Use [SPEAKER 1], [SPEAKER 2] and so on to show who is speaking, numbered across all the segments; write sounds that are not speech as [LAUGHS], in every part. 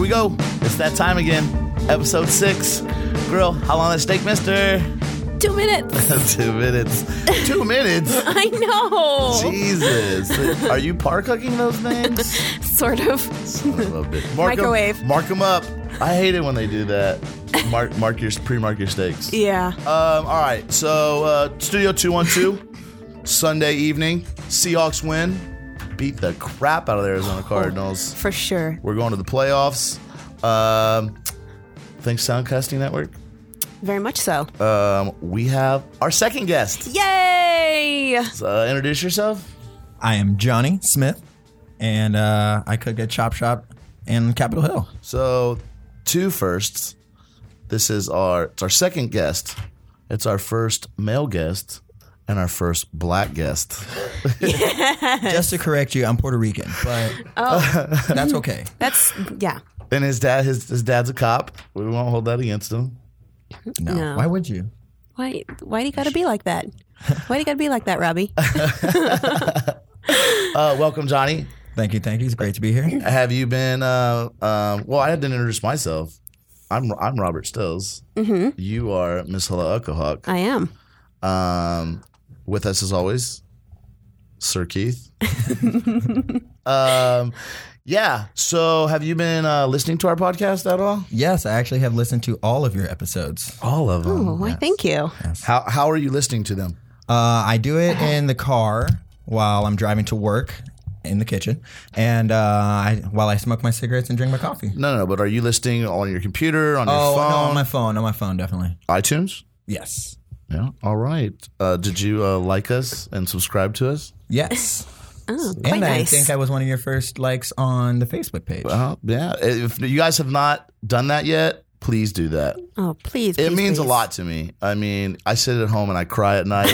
[SPEAKER 1] we go. It's that time again. Episode six. Girl, how long that steak, mister? [LAUGHS]
[SPEAKER 2] Two minutes. [LAUGHS]
[SPEAKER 1] Two minutes. Two minutes?
[SPEAKER 2] I know.
[SPEAKER 1] Jesus. Are you par cooking those things?
[SPEAKER 2] Sort of.
[SPEAKER 1] Son of a bitch. Mark 'em-
[SPEAKER 2] Microwave.
[SPEAKER 1] mark them up. I hate it when they do that. Mark, mark your pre-mark your steaks.
[SPEAKER 2] Yeah.
[SPEAKER 1] Um, all right, so uh, Studio 212, Sunday evening, Seahawks win, beat the crap out of the Arizona Cardinals.
[SPEAKER 2] For sure.
[SPEAKER 1] We're going to the playoffs. Um, thanks, Soundcasting Network.
[SPEAKER 2] Very much so.
[SPEAKER 1] Um, we have our second guest.
[SPEAKER 2] Yay!
[SPEAKER 1] Uh, introduce yourself.
[SPEAKER 3] I am Johnny Smith, and uh, I cook at Chop Shop in Capitol Hill.
[SPEAKER 1] So, two firsts. This is our it's our second guest. It's our first male guest and our first black guest.
[SPEAKER 3] Just to correct you, I'm Puerto Rican,
[SPEAKER 2] [LAUGHS]
[SPEAKER 3] but
[SPEAKER 2] Oh.
[SPEAKER 3] [LAUGHS] that's okay.
[SPEAKER 2] That's, yeah.
[SPEAKER 1] And his dad his, his dad's a cop. We won't hold that against him.
[SPEAKER 3] No,
[SPEAKER 2] No.
[SPEAKER 3] why would you?
[SPEAKER 2] Why, why do you gotta be like that? Why do you gotta be like
[SPEAKER 1] [LAUGHS]
[SPEAKER 2] that, Robbie?
[SPEAKER 1] Uh, welcome, Johnny.
[SPEAKER 3] Thank you, thank you. It's great to be here.
[SPEAKER 1] Have you been? Uh, um, well, I didn't introduce myself. I'm I'm Robert Stills. Mm-hmm. You are Miss Hela Ukahawk.
[SPEAKER 2] I am.
[SPEAKER 1] Um, with us as always, Sir
[SPEAKER 3] [LAUGHS]
[SPEAKER 1] Keith. um, yeah. So, have you been uh, listening to our podcast at all?
[SPEAKER 3] Yes, I actually have listened to all of your episodes.
[SPEAKER 1] All of them.
[SPEAKER 2] Oh, why, thank you.
[SPEAKER 1] How How are you listening to them?
[SPEAKER 3] Uh, I do it in the car while I'm driving to work in the kitchen, and uh, I, while I smoke my cigarettes and drink my coffee.
[SPEAKER 1] No, no, no. But are you listening on your computer, on your
[SPEAKER 3] Oh, no, on
[SPEAKER 1] phone,
[SPEAKER 3] my phone, on my phone, definitely.
[SPEAKER 1] iTunes?
[SPEAKER 3] Yes,
[SPEAKER 1] Yeah. All right. Uh, did you uh, like us and subscribe to us?
[SPEAKER 3] yes.
[SPEAKER 2] Oh, [LAUGHS] quite
[SPEAKER 3] And I
[SPEAKER 2] nice.
[SPEAKER 3] think I was one of your first likes on the Facebook page.
[SPEAKER 1] Well, Uh, yeah. If you guys have not done that yet, please do that.
[SPEAKER 2] oh, please.
[SPEAKER 1] It
[SPEAKER 2] please,
[SPEAKER 1] means a
[SPEAKER 2] please.
[SPEAKER 1] lot to me. I mean, I sit at home and I cry at night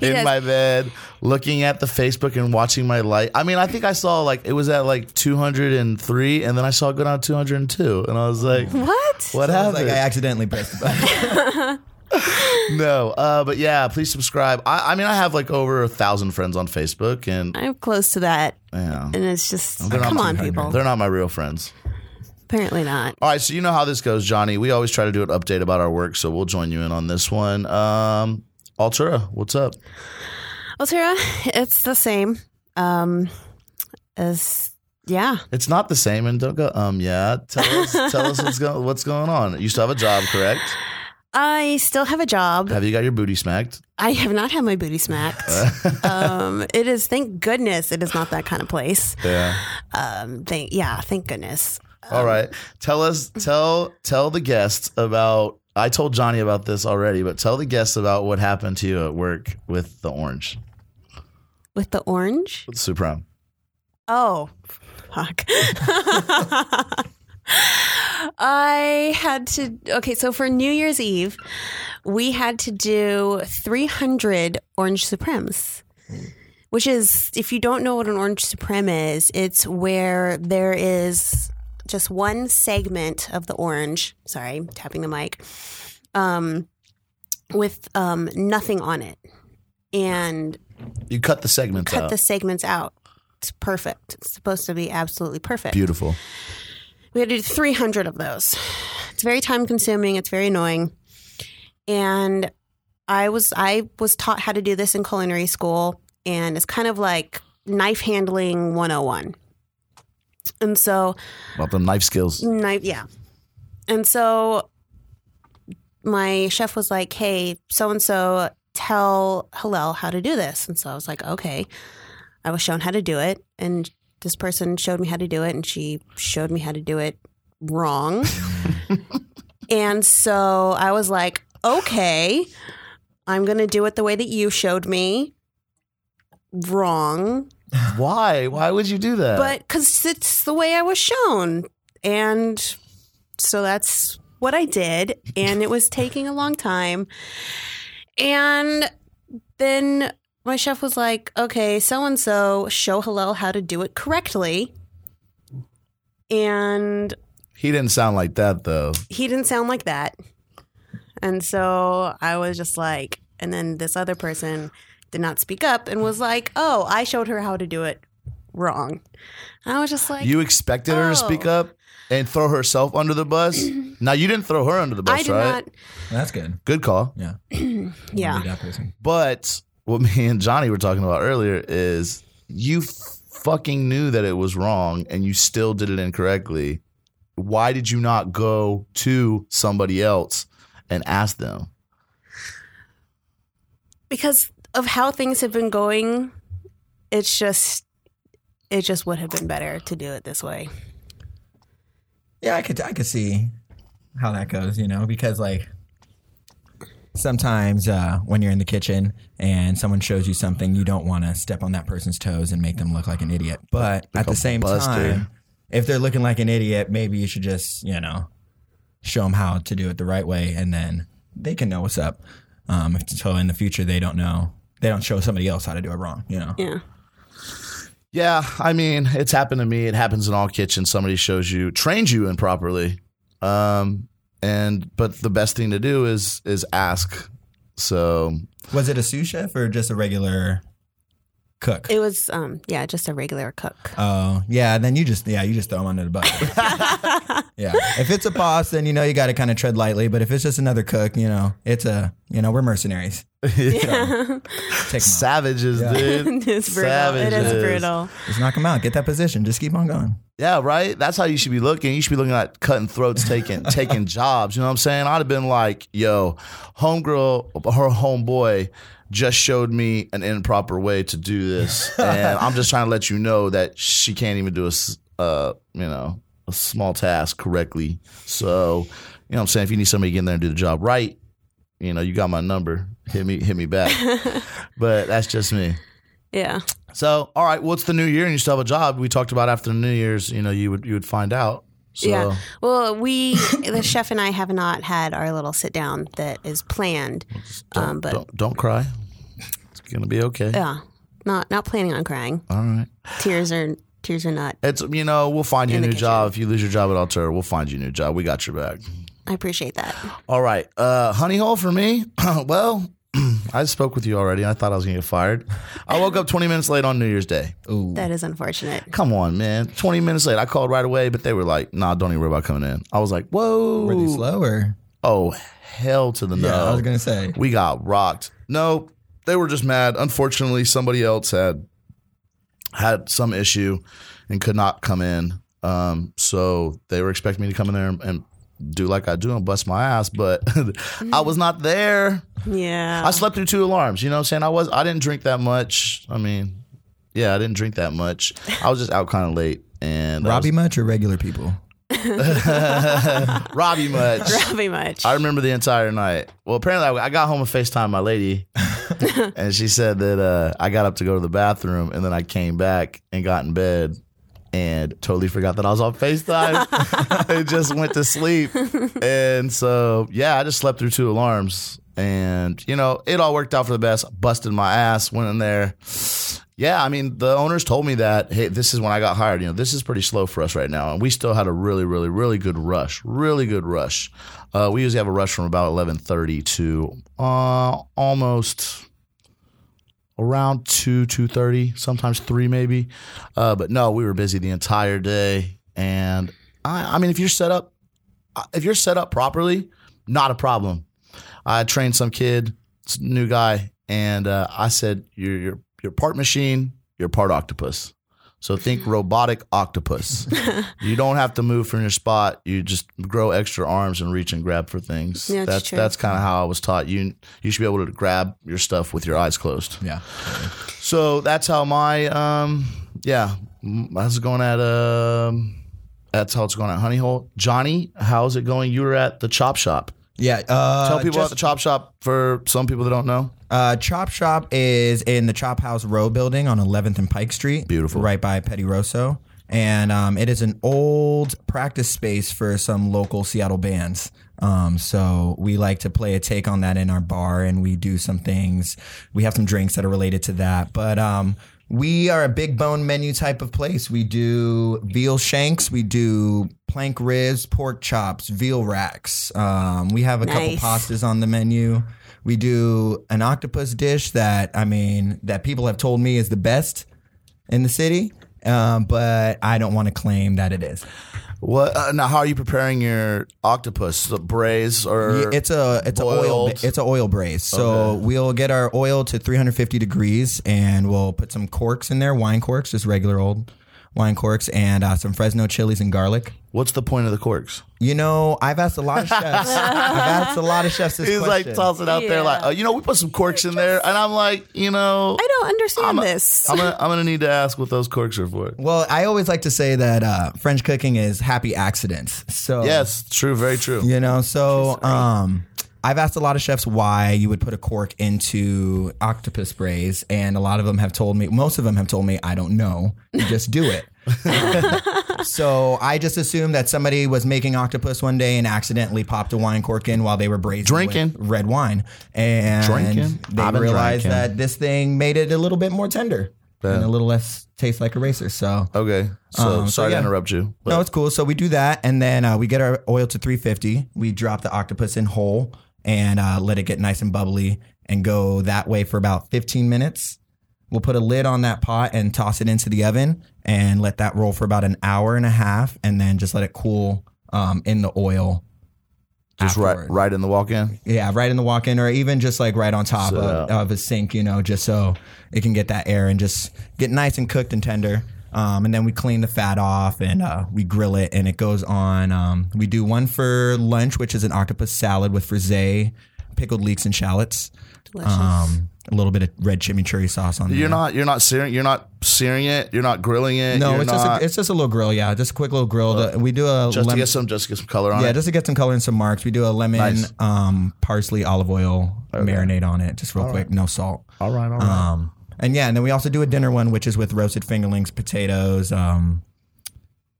[SPEAKER 1] in
[SPEAKER 2] does.
[SPEAKER 1] my bed, looking at the Facebook and watching my light. I mean, I think I saw like it was at like 203, and then I saw it go down to 202, and I was like,
[SPEAKER 2] What?
[SPEAKER 1] [LAUGHS] "What
[SPEAKER 3] I was
[SPEAKER 1] happened?"
[SPEAKER 3] like, I accidentally pressed the button.
[SPEAKER 1] no, uh, but yeah, please subscribe. I, I mean, I have like over a thousand friends on Facebook, and
[SPEAKER 2] I'm close to that.
[SPEAKER 1] yeah,
[SPEAKER 2] And it's just,
[SPEAKER 1] They're not
[SPEAKER 2] come on,
[SPEAKER 1] 200.
[SPEAKER 2] people.
[SPEAKER 1] They're not my real friends.
[SPEAKER 2] Apparently not.
[SPEAKER 1] All right, so you know how this goes, Johnny. We always try to do an update about our work, so we'll join you in on this one. Um, Altura, what's up?
[SPEAKER 2] Altera, [LAUGHS] it's the same. Um, as, yeah.
[SPEAKER 1] It's not the same, and don't go. Um, yeah. Tell us, tell us what's going, what's going on. You still have a job, correct?
[SPEAKER 2] I still have a job.
[SPEAKER 1] Have you got your booty smacked? [LAUGHS]
[SPEAKER 2] I have not had my booty smacked. um, it is, thank goodness, it is not that kind of place.
[SPEAKER 1] Yeah.
[SPEAKER 2] Um, thank, yeah, thank goodness.
[SPEAKER 1] All right. Tell us, tell, tell the guests about. I told Johnny about this already, but tell the guests about what happened to you at work with the orange
[SPEAKER 2] With the orange?
[SPEAKER 1] with Supreme.
[SPEAKER 2] Oh, fuck. I had to, okay, so for New Year's Eve, we had to do 300 Orange Supremes. Which is, if you don't know what an Orange Supreme is, it's where there is just one segment of the orange. Sorry, tapping the mic, um, with um, nothing on it, and
[SPEAKER 1] You cut the segments
[SPEAKER 2] cut
[SPEAKER 1] out.
[SPEAKER 2] the segments out. It's perfect. It's supposed to be absolutely perfect.
[SPEAKER 1] Beautiful.
[SPEAKER 2] We had to do 300 of those. It's very time consuming, it's very annoying. And I was I was taught how to do this in culinary school and it's kind of like knife handling 101. And so
[SPEAKER 1] About them knife
[SPEAKER 2] [LAUGHS]
[SPEAKER 1] skills.
[SPEAKER 2] knife yeah. And so my chef was like, "Hey, so and so tell Hillel how to do this." And so I was like, "Okay." I was shown how to do it, and this person showed me how to do it, and she showed me how to do it wrong. and so I was like, okay, I'm going to do it the way that you showed me wrong,
[SPEAKER 1] Why? Why would you do that?
[SPEAKER 2] but because it's the way I was shown. And so that's what I did. And it was taking a long time. And then my chef was like, okay, so and so, show Hillel how to do it correctly. And
[SPEAKER 1] he didn't sound like that though.
[SPEAKER 2] he didn't sound like that. And so I was just like, and then this other person did not speak up and was like, oh, I showed her how to do it wrong. I was just like,
[SPEAKER 1] You expected her to speak
[SPEAKER 2] Oh.
[SPEAKER 1] up? and throw herself under the
[SPEAKER 2] [CLEARS THROAT]
[SPEAKER 1] bus. now you didn't throw her under the bus,
[SPEAKER 2] I did
[SPEAKER 1] right?
[SPEAKER 2] not.
[SPEAKER 3] [LAUGHS] That's good.
[SPEAKER 1] Good call.
[SPEAKER 3] Yeah.
[SPEAKER 2] Yeah.
[SPEAKER 3] Be that person.
[SPEAKER 1] But what [LAUGHS] me and Johnny were talking about earlier is you fucking knew that it was wrong and you still did it incorrectly. Why did you not go to somebody else and ask them?
[SPEAKER 2] Because of how things have been going, it's just it just would have been better to do it this way.
[SPEAKER 3] Yeah, I could I could see how that goes, you know, because like sometimes uh, when you're in the kitchen and someone shows you something, you don't want to step on that person's toes and make them look like an idiot. But at
[SPEAKER 1] a
[SPEAKER 3] the same
[SPEAKER 1] buster.
[SPEAKER 3] time, if they're looking like an idiot, maybe you should just you know show them how to do it the right way, and then they can know what's up. Um, if, so in the future they don't know, they don't show somebody else how to do it wrong. You know,
[SPEAKER 2] Yeah.
[SPEAKER 1] Yeah, I mean, it's happened to me. It happens in all kitchens. Somebody shows you, trains you improperly. Um, and but the best thing to do is is ask. So
[SPEAKER 3] was it a sous chef or just a regular cook?
[SPEAKER 2] It was um yeah, just a regular
[SPEAKER 1] [LAUGHS]
[SPEAKER 2] cook.
[SPEAKER 3] Oh yeah, then you just yeah you just throw them under the bus. yeah, if it's a boss, then you know you got to kind of tread lightly. But if it's just another cook, you know it's a you know we're mercenaries. Take 'em out.
[SPEAKER 1] [LAUGHS] savages, dude.
[SPEAKER 2] [LAUGHS] it is brutal. It is
[SPEAKER 1] Savages.
[SPEAKER 2] brutal.
[SPEAKER 3] Just knock them out. Get that position. Just keep on going.
[SPEAKER 1] Yeah, right. That's how you should be looking. You should be looking at cutting throats, taking taking jobs. You know what I'm saying? I'd have been like, "Yo, homegirl, her homeboy, just showed me an improper way to do this, and I'm just trying to let you know that she can't even do a, s- uh, you know, a small task correctly. So, you know what I'm saying? If you need somebody to get in there and do the job right, you know, you got my number. Hit me, hit me back. but that's just me.
[SPEAKER 2] Yeah.
[SPEAKER 1] So, all right, what's the new year and you still have a job? We talked about after the new year's, you know, you would you would find out. So,
[SPEAKER 2] Yeah. Well, we the chef and I have not had our little sit down that is planned.
[SPEAKER 1] don't,
[SPEAKER 2] Um, but
[SPEAKER 1] don't don't cry. It's gonna be okay.
[SPEAKER 2] yeah, not not planning on crying.
[SPEAKER 1] All right.
[SPEAKER 2] Tears are tears are not.
[SPEAKER 1] It's you know we'll find you a
[SPEAKER 2] In
[SPEAKER 1] new
[SPEAKER 2] the
[SPEAKER 1] job. If you lose your job at Altura, we'll find you a new job. We got your back.
[SPEAKER 2] I appreciate that.
[SPEAKER 1] All right, uh, honey hole for me. [CLEARS THROAT] well, I spoke with you already. I thought I was gonna get fired. I woke up 20 minutes late on New Year's Day.
[SPEAKER 2] That is unfortunate.
[SPEAKER 1] Come on, man. 20 minutes late. I called right away, but they were like, "Nah, don't even worry about coming in." I was like, "Whoa."
[SPEAKER 3] Were they slow or?
[SPEAKER 1] Oh hell to the no!
[SPEAKER 3] Yeah, I was gonna say.
[SPEAKER 1] we got rocked. No, they were just mad. Unfortunately, somebody else had had some issue and could not come in. Um, so they were expecting me to come in there and, and do like I do and bust my ass, but [LAUGHS] I was not there.
[SPEAKER 2] Yeah.
[SPEAKER 1] I slept through two alarms. You know what I'm saying? I was I didn't drink that much. I mean, yeah, I didn't drink that much. I was just out kind of late. And I was-
[SPEAKER 3] Robbie much or regular people?
[SPEAKER 1] [LAUGHS] Robbie much.
[SPEAKER 2] [LAUGHS] Probably much.
[SPEAKER 1] I remember the entire night. Well, apparently, I, I got home and FaceTime my lady, and she said that uh, I got up to go to the bathroom, and then I came back and got in bed and totally forgot that I was on FaceTime [LAUGHS] and just went to sleep. And so, yeah, I just slept through two alarms, and you know, it all worked out for the best. Busted my ass, went in there. Yeah, I mean, the owners told me that, hey, this is when I got hired. You know, this is pretty slow for us right now. And we still had a really, really, really good rush. Really good rush. Uh, we usually have a rush from about 11.30 to uh, almost around 2, 2.30, sometimes 3 maybe. Uh, but no, we were busy the entire day. And, I, I mean, if you're set up, uh, if you're set up properly, not a problem. I trained some kid, s- new guy, and uh, I said, "You're you're you're part machine, you're part octopus." So
[SPEAKER 2] [LAUGHS]
[SPEAKER 1] think robotic octopus. you don't have to move from your spot. You just grow extra arms and reach and grab for things.
[SPEAKER 2] Yeah, it's
[SPEAKER 1] that's
[SPEAKER 2] true.
[SPEAKER 1] that's kind of how I was taught. You you should be able to grab your stuff with your eyes closed.
[SPEAKER 3] Yeah.
[SPEAKER 1] So that's how my um yeah, m- how's it going at um that's how it's going at Honey Hole. Johnny, how's it going? You were at the Chop Shop.
[SPEAKER 3] Yeah. Uh,
[SPEAKER 1] Tell people
[SPEAKER 3] just-
[SPEAKER 1] about the Chop Shop for some people that don't know.
[SPEAKER 3] Uh, Chop Shop is in the Chop House Row building on 11th and Pike Street.
[SPEAKER 1] Beautiful.
[SPEAKER 3] Right by Petty Rosso. And um, it is an old practice space for some local Seattle bands. Um, so we like to play a take on that in our bar and we do some things. We have some drinks that are related to that. But um, we are a big bone menu type of place. We do veal shanks, we do plank ribs, pork chops, veal racks. Um, we have a couple
[SPEAKER 2] Nice.
[SPEAKER 3] pastas is on the menu. We do an octopus dish that I mean that people have told me is the best in the city, um, but I don't want to claim that it is.
[SPEAKER 1] What uh, now? How are you preparing your octopus? The braise or
[SPEAKER 3] Yeah, it's a it's a oil
[SPEAKER 1] Er, boiled?
[SPEAKER 3] ba- it's a oil braise. So we'll get our oil to 350 degrees, and we'll put some corks in there, wine corks, just regular old wine corks, and uh, some Fresno chilies and garlic.
[SPEAKER 1] What's the point of the corks?
[SPEAKER 3] You know, I've asked a lot
[SPEAKER 1] [LAUGHS]
[SPEAKER 3] of chefs. I've asked a lot of chefs this
[SPEAKER 1] He's like
[SPEAKER 3] question.
[SPEAKER 1] tossing out there, like,
[SPEAKER 2] Yeah.
[SPEAKER 1] oh, you know, we put some corks in there, and I'm like, you know,
[SPEAKER 2] I don't understand
[SPEAKER 1] I'm a-
[SPEAKER 2] this.
[SPEAKER 1] I'm gonna, I'm gonna need to ask what those corks are for.
[SPEAKER 3] well, I always like to say that uh, French cooking is happy accidents. So
[SPEAKER 1] Yes, true, very true.
[SPEAKER 3] You know, so um, I've asked a lot of chefs why you would put a cork into octopus braise, and a lot of them have told me. Most of them have told me, I don't know. You just do
[SPEAKER 1] [LAUGHS]
[SPEAKER 3] it. so I just assumed that somebody was making octopus one day and accidentally popped a wine cork in while they were braising with
[SPEAKER 1] Drinking.
[SPEAKER 3] red wine, and
[SPEAKER 1] Drinking.
[SPEAKER 3] they
[SPEAKER 1] I've been
[SPEAKER 3] realized
[SPEAKER 1] drinking.
[SPEAKER 3] that this thing made it a little bit more tender and a little less taste like a racer. So
[SPEAKER 1] Okay, so
[SPEAKER 3] Um, so
[SPEAKER 1] sorry
[SPEAKER 3] yeah.
[SPEAKER 1] to interrupt you. but-
[SPEAKER 3] no, it's cool. So we do that, and then uh, we get our oil to 350. We drop the octopus in whole and uh, let it get nice and bubbly and go that way for about 15 minutes. We'll put a lid on that pot and toss it into the oven and let that roll for about an hour and a half, and then just let it cool um, in the oil.
[SPEAKER 1] just right,
[SPEAKER 3] afterwards.
[SPEAKER 1] right in the walk-in.
[SPEAKER 3] Yeah, right in the walk-in, or even just like right on top of, of a sink, you know, just so it can get that air and just get nice and cooked and tender. Um, and then we clean the fat off and uh, we grill it, and it goes on. Um, we do one for lunch, which is an octopus salad with frisee, pickled leeks, and shallots.
[SPEAKER 2] Delicious.
[SPEAKER 1] Uh-huh.
[SPEAKER 3] Um, a little bit of red chimichurri sauce on
[SPEAKER 1] You're
[SPEAKER 3] there.
[SPEAKER 1] not, you're not searing, you're not searing it, you're not grilling it.
[SPEAKER 3] no,
[SPEAKER 1] you're
[SPEAKER 3] it's
[SPEAKER 1] not-
[SPEAKER 3] just a, it's just a little grill, yeah, just a quick little grill. The- we do a
[SPEAKER 1] just to
[SPEAKER 3] lemon-
[SPEAKER 1] get some, just to get some color on
[SPEAKER 3] Yeah,
[SPEAKER 1] it.
[SPEAKER 3] just to get some color and some marks, we do a lemon,
[SPEAKER 1] Nice.
[SPEAKER 3] um, parsley, olive oil marinade on it, just real quick, no salt.
[SPEAKER 1] all right, all right.
[SPEAKER 3] Um, and yeah, and then we also do a dinner one, which is with roasted fingerlings, potatoes, um,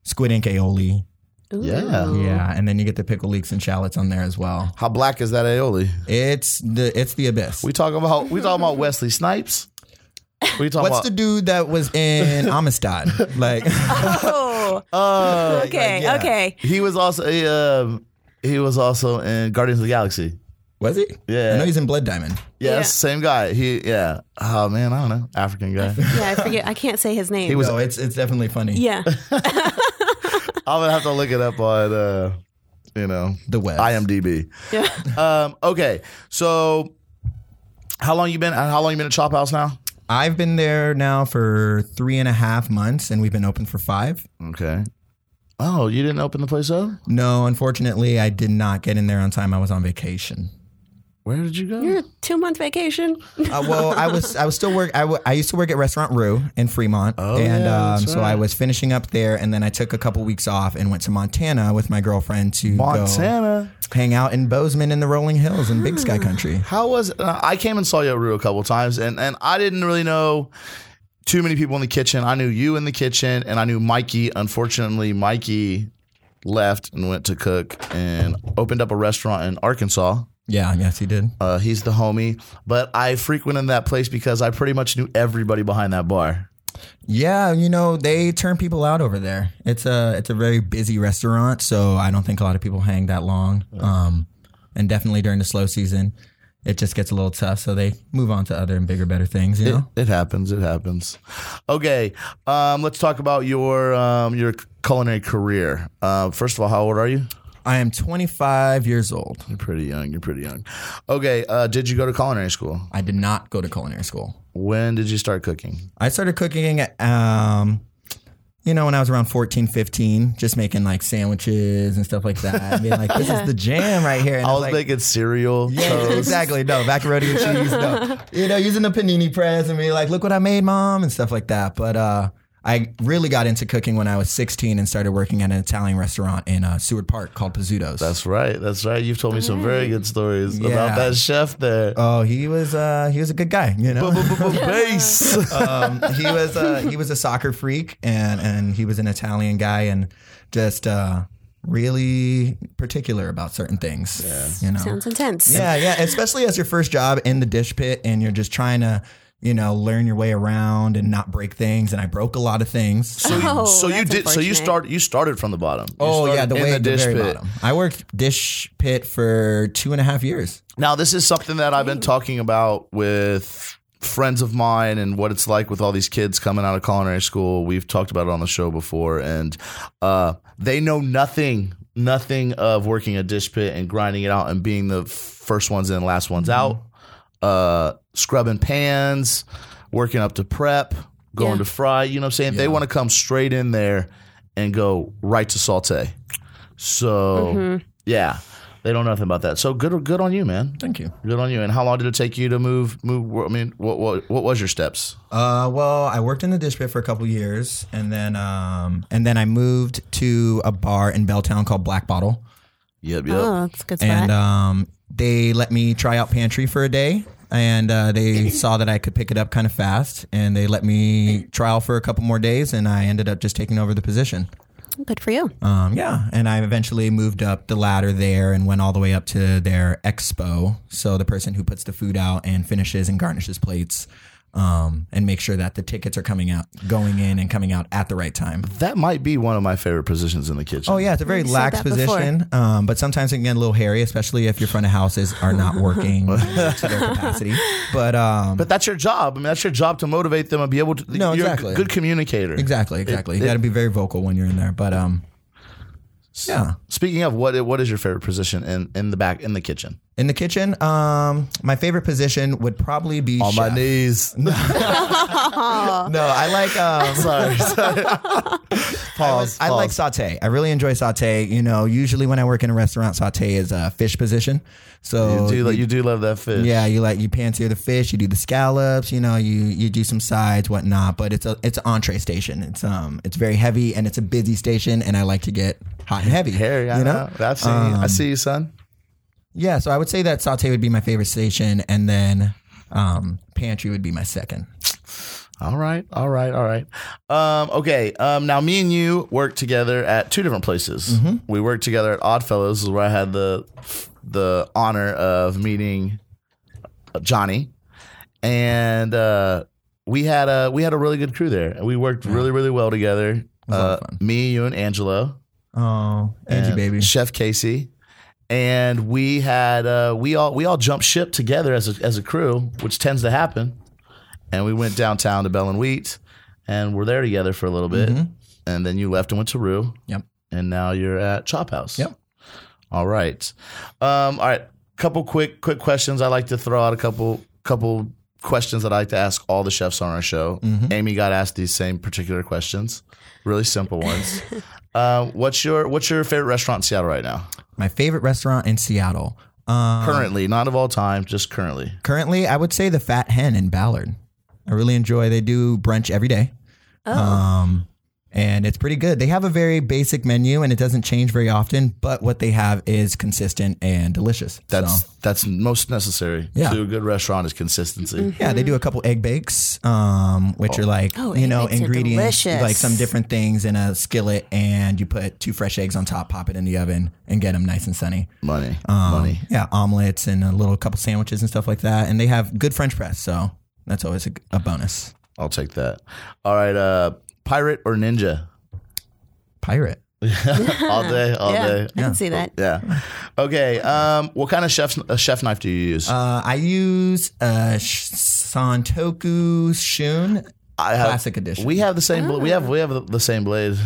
[SPEAKER 3] squid ink aioli.
[SPEAKER 2] Ooh.
[SPEAKER 1] yeah.
[SPEAKER 3] Yeah, and then you get the pickle leeks and shallots on there as well.
[SPEAKER 1] How black is that aioli?
[SPEAKER 3] It's the it's the abyss.
[SPEAKER 1] We talking about we talking about Wesley Snipes. We talking
[SPEAKER 3] What's
[SPEAKER 1] about
[SPEAKER 3] the dude that was
[SPEAKER 1] [LAUGHS]
[SPEAKER 3] in Amistad? Like, [LAUGHS]
[SPEAKER 2] Oh,
[SPEAKER 1] uh,
[SPEAKER 2] okay,
[SPEAKER 3] yeah.
[SPEAKER 2] okay.
[SPEAKER 1] He was also he, um, he was also in Guardians of the Galaxy.
[SPEAKER 3] was he?
[SPEAKER 1] Yeah.
[SPEAKER 3] I know he's in Blood Diamond.
[SPEAKER 1] Yes,
[SPEAKER 2] Yeah.
[SPEAKER 1] same guy. He yeah. Oh man, I don't know. African
[SPEAKER 3] [LAUGHS]
[SPEAKER 1] guy.
[SPEAKER 2] Yeah, I forget. I can't say his name.
[SPEAKER 1] He was-
[SPEAKER 3] So it's it's definitely
[SPEAKER 1] [LAUGHS]
[SPEAKER 3] funny.
[SPEAKER 2] yeah.
[SPEAKER 1] I'm gonna have to look it up on uh, you know
[SPEAKER 3] The web.
[SPEAKER 1] IMDb.
[SPEAKER 2] yeah. [LAUGHS]
[SPEAKER 1] Um, okay, so how long you been? And how long you been at Chop House now?
[SPEAKER 3] I've been there now for three and a half months, and we've been open for five.
[SPEAKER 1] Okay. Oh, you didn't open the place up?
[SPEAKER 3] No, unfortunately, I did not get in there on time. I was on vacation.
[SPEAKER 1] Where did you go?
[SPEAKER 2] Two month vacation.
[SPEAKER 3] uh, well, I was I was still work. I, w- I used to work at Restaurant Rue in Fremont, and
[SPEAKER 1] Oh, yeah,
[SPEAKER 3] um,
[SPEAKER 1] that's
[SPEAKER 3] so I was finishing up there, and then I took a couple weeks off and went to Montana with my girlfriend to go
[SPEAKER 1] Montana. Hmm.
[SPEAKER 3] hang out in Bozeman in the Rolling Hills in Big Sky Country.
[SPEAKER 1] How was uh, I came and saw you at Rue a couple times, and and I didn't really know too many people in the kitchen. I knew you in the kitchen, and I knew Mikey. Unfortunately, Mikey left and went to cook and opened up a restaurant in Arkansas.
[SPEAKER 3] Yeah, yes, he did.
[SPEAKER 1] Uh, he's the homie, but I frequented that place because I pretty much knew everybody behind that bar.
[SPEAKER 3] Yeah, you know they turn people out over there. It's a it's a very busy restaurant, so I don't think a lot of people hang that long. Um, and definitely during the slow season, it just gets a little tough. So they move on to other and bigger, better things. You know.
[SPEAKER 1] It happens. It happens. Okay, um, let's talk about your um, your culinary career. Uh, first of all, how old are you?
[SPEAKER 3] I am 25 years old.
[SPEAKER 1] You're pretty young. You're pretty young. Okay. Uh, did you go to culinary school?
[SPEAKER 3] I did not go to culinary school.
[SPEAKER 1] When did you start cooking?
[SPEAKER 3] I started cooking, um, you know, when I was around 14, 15, just making like sandwiches and stuff like that. And being like, this is the jam right here. And
[SPEAKER 1] I was
[SPEAKER 3] like,
[SPEAKER 1] making cereal.
[SPEAKER 3] yeah,
[SPEAKER 1] toast.
[SPEAKER 3] exactly. No, macaroni and cheese. No. You know, using the panini press and being like, look what I made, mom, and stuff like that. But uh, I really got into cooking when I was 16 and started working at an Italian restaurant in uh, Seward Park called Pizzuto's.
[SPEAKER 1] That's right. That's right. You've told me some very good stories
[SPEAKER 3] Yeah.
[SPEAKER 1] about that chef there. [LAUGHS]
[SPEAKER 3] oh, he was uh, he was a good guy, you know. [LAUGHS]
[SPEAKER 1] Base.
[SPEAKER 3] um, he was a, he was a soccer freak and and he was an Italian guy and just uh, really particular about certain things. Yeah. You know.
[SPEAKER 2] Sounds intense.
[SPEAKER 3] yeah, yeah. Especially as your first job in the dish pit and you're just trying to, you know, learn your way around and not break things. And I broke a lot of things.
[SPEAKER 1] So, you-
[SPEAKER 2] Oh,
[SPEAKER 1] so you
[SPEAKER 2] that's
[SPEAKER 1] did. So you
[SPEAKER 2] unfortunate.
[SPEAKER 1] start. You started from the bottom. You
[SPEAKER 3] Oh yeah,
[SPEAKER 1] started
[SPEAKER 3] the
[SPEAKER 1] in
[SPEAKER 3] way
[SPEAKER 1] the
[SPEAKER 3] at the
[SPEAKER 1] dish
[SPEAKER 3] very
[SPEAKER 1] pit.
[SPEAKER 3] bottom. I worked dish pit for two and a half years.
[SPEAKER 1] Now this is something that I've been talking about with friends of mine and what it's like with all these kids coming out of culinary school. We've talked about it on the show before, and uh, they know nothing, nothing of working a dish pit and grinding it out and being the first ones in, last ones out, uh, scrubbing pans, working up to prep, going
[SPEAKER 2] Yeah.
[SPEAKER 1] to fry. You know what I'm saying? They want to come straight in there and go right to saute. So yeah, they know nothing about that. So good, good on you, man.
[SPEAKER 3] Thank you.
[SPEAKER 1] Good on you. And how long did it take you to move? Move. I mean, what what what was your steps?
[SPEAKER 3] Uh, well, I worked in the dish pit for a couple years, and then um, and then I moved to a bar in Belltown called Black Bottle,
[SPEAKER 1] Yep. Yep.
[SPEAKER 2] Oh, that's a good spot.
[SPEAKER 3] and um, they let me try out pantry for a day, and uh, they saw that I could pick it up kind of fast, and they let me trial for a couple more days, and I ended up just taking over the position.
[SPEAKER 2] good for you.
[SPEAKER 3] Um, yeah, and I eventually moved up the ladder there and went all the way up to their expo. So the person who puts the food out and finishes and garnishes plates, um, and make sure that the tickets are coming out, going in and coming out at the right time.
[SPEAKER 1] That might be one of my favorite positions in the kitchen.
[SPEAKER 3] Oh yeah, it's a very
[SPEAKER 2] said
[SPEAKER 3] lax
[SPEAKER 2] that before.
[SPEAKER 3] position, um, but sometimes it can get a little hairy, especially if your front of houses are not working to their capacity. But um,
[SPEAKER 1] But that's your job. I mean, that's your job to motivate them and be able to.
[SPEAKER 3] No,
[SPEAKER 1] you're
[SPEAKER 3] exactly.
[SPEAKER 1] A good communicator.
[SPEAKER 3] exactly, exactly, you got to be very vocal when you're in there. But um, yeah.
[SPEAKER 1] Speaking of what, what is your favorite position in in the back in the kitchen?
[SPEAKER 3] In the kitchen, um, my favorite position would probably be
[SPEAKER 1] On
[SPEAKER 3] chef.
[SPEAKER 1] my
[SPEAKER 3] [LAUGHS]
[SPEAKER 1] knees.
[SPEAKER 3] No, I like
[SPEAKER 1] [LAUGHS]
[SPEAKER 3] um,
[SPEAKER 1] sorry.
[SPEAKER 3] [LAUGHS]
[SPEAKER 1] sorry. pause.
[SPEAKER 3] I like
[SPEAKER 1] pause.
[SPEAKER 3] saute. I really enjoy saute. You know, usually when I work in a restaurant, saute is a fish position. So
[SPEAKER 1] You do, lo- you do love that fish.
[SPEAKER 3] Oh, yeah, you like you pansear the fish, you do the scallops, you know, you you do some sides, whatnot. But it's a it's an entree station. It's um it's very heavy and it's a busy station, and I like to get hot and heavy.
[SPEAKER 1] Harry, I
[SPEAKER 3] you Um,
[SPEAKER 1] know. I've seen. I see you, son.
[SPEAKER 3] Yeah, so I would say that saute would be my favorite station, and then um pantry would be my second.
[SPEAKER 1] All right, all right, all right. Um, okay, um, now me and you worked together at two different places. We worked together at Oddfellows, where I had the the honor of meeting uh, Johnny, and uh, we had a we had a really good crew there. We worked really really well together. Uh, me, you, and Angelo,
[SPEAKER 3] Oh, Angie
[SPEAKER 1] and
[SPEAKER 3] baby.
[SPEAKER 1] Chef Casey, and we had uh, we all we all jumped ship together as a, as a crew, which tends to happen. And we went downtown to Bell and Wheat, and we're there together for a little bit.
[SPEAKER 3] Mm-hmm.
[SPEAKER 1] And then you left and went to Rue.
[SPEAKER 3] Yep.
[SPEAKER 1] And now you're at Chop House.
[SPEAKER 3] Yep.
[SPEAKER 1] All right. Um, all right. Couple quick quick questions. I like to throw out a couple couple questions that I like to ask all the chefs on our show.
[SPEAKER 3] Mm-hmm.
[SPEAKER 1] Amy got asked these same particular questions. Really simple
[SPEAKER 3] [LAUGHS]
[SPEAKER 1] ones. uh, what's your what's your favorite restaurant in Seattle right now?
[SPEAKER 3] My favorite restaurant in Seattle. Um,
[SPEAKER 1] Currently, not of all time, just currently.
[SPEAKER 3] Currently, I would say the Fat Hen in Ballard. I really enjoy. They do brunch every day. Um, and it's pretty good. They have a very basic menu and it doesn't change very often, but what they have is consistent and delicious.
[SPEAKER 1] That's
[SPEAKER 3] So,
[SPEAKER 1] that's most necessary
[SPEAKER 3] Yeah.
[SPEAKER 1] to a good restaurant is consistency.
[SPEAKER 3] yeah,
[SPEAKER 1] Mm.
[SPEAKER 3] they do a couple egg bakes, um, which are like
[SPEAKER 2] Oh,
[SPEAKER 3] you
[SPEAKER 2] egg
[SPEAKER 3] know
[SPEAKER 2] bakes are
[SPEAKER 3] ingredients,
[SPEAKER 2] delicious.
[SPEAKER 3] like some different things in a skillet, and you put two fresh eggs on top, pop it in the oven, and get them nice and sunny.
[SPEAKER 1] Money,
[SPEAKER 3] Um,
[SPEAKER 1] money.
[SPEAKER 3] Yeah, omelets and a little couple sandwiches and stuff like that. And they have good French press, so that's always a, a bonus.
[SPEAKER 1] I'll take that. All right, uh, pirate or ninja?
[SPEAKER 3] Pirate.
[SPEAKER 1] all day, all
[SPEAKER 2] yeah,
[SPEAKER 1] day.
[SPEAKER 2] I can see that.
[SPEAKER 1] Yeah. Okay. Um, what kind of chef's uh, chef knife do you use?
[SPEAKER 3] Uh, I use uh, Sh- Santoku Shun
[SPEAKER 1] I have,
[SPEAKER 3] Classic Edition.
[SPEAKER 1] Uh, We have the same. bla- We have we have the- the same blade.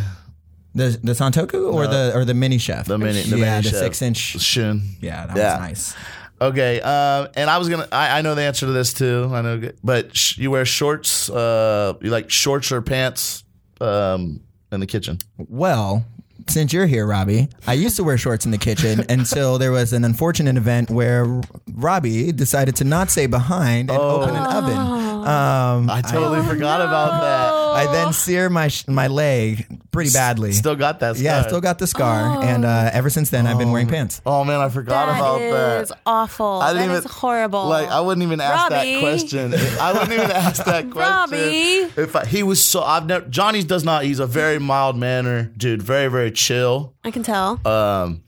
[SPEAKER 3] the the Santoku or the or the mini chef.
[SPEAKER 1] The mini- the
[SPEAKER 3] yeah,
[SPEAKER 1] mini
[SPEAKER 3] the
[SPEAKER 1] chef.
[SPEAKER 3] six inch.
[SPEAKER 1] Shun.
[SPEAKER 3] Yeah, that
[SPEAKER 1] Yeah.
[SPEAKER 3] was nice.
[SPEAKER 1] Okay. Um, and I was gonna. I, I know the answer to this too. I know, but sh- you wear shorts. Uh, you like shorts or pants? Um, in the kitchen.
[SPEAKER 3] Well, since you're here, Robbie, I used to wear shorts in the kitchen
[SPEAKER 1] [LAUGHS]
[SPEAKER 3] until there was an unfortunate event where Robbie decided to not stay behind and open
[SPEAKER 1] Oh.
[SPEAKER 3] an oven. Um,
[SPEAKER 1] I totally forgot about that.
[SPEAKER 3] I then sear my sh- my leg pretty badly.
[SPEAKER 1] Oh. Still got that.
[SPEAKER 3] yeah,
[SPEAKER 1] scar.
[SPEAKER 3] still got the scar, and uh, ever since then I've been wearing pants.
[SPEAKER 1] Oh man, I forgot about
[SPEAKER 2] that is
[SPEAKER 1] that.
[SPEAKER 2] awful.
[SPEAKER 1] I
[SPEAKER 2] That is
[SPEAKER 1] didn't even-
[SPEAKER 2] horrible.
[SPEAKER 1] Like I wouldn't even ask that
[SPEAKER 2] Robbie.
[SPEAKER 1] question. I wouldn't even ask
[SPEAKER 2] [LAUGHS]
[SPEAKER 1] that question.
[SPEAKER 2] Robbie.
[SPEAKER 1] If I, he was so I've never Johnny's does not. He's a very mild manner dude. Very very chill.
[SPEAKER 2] I can tell.
[SPEAKER 1] Um,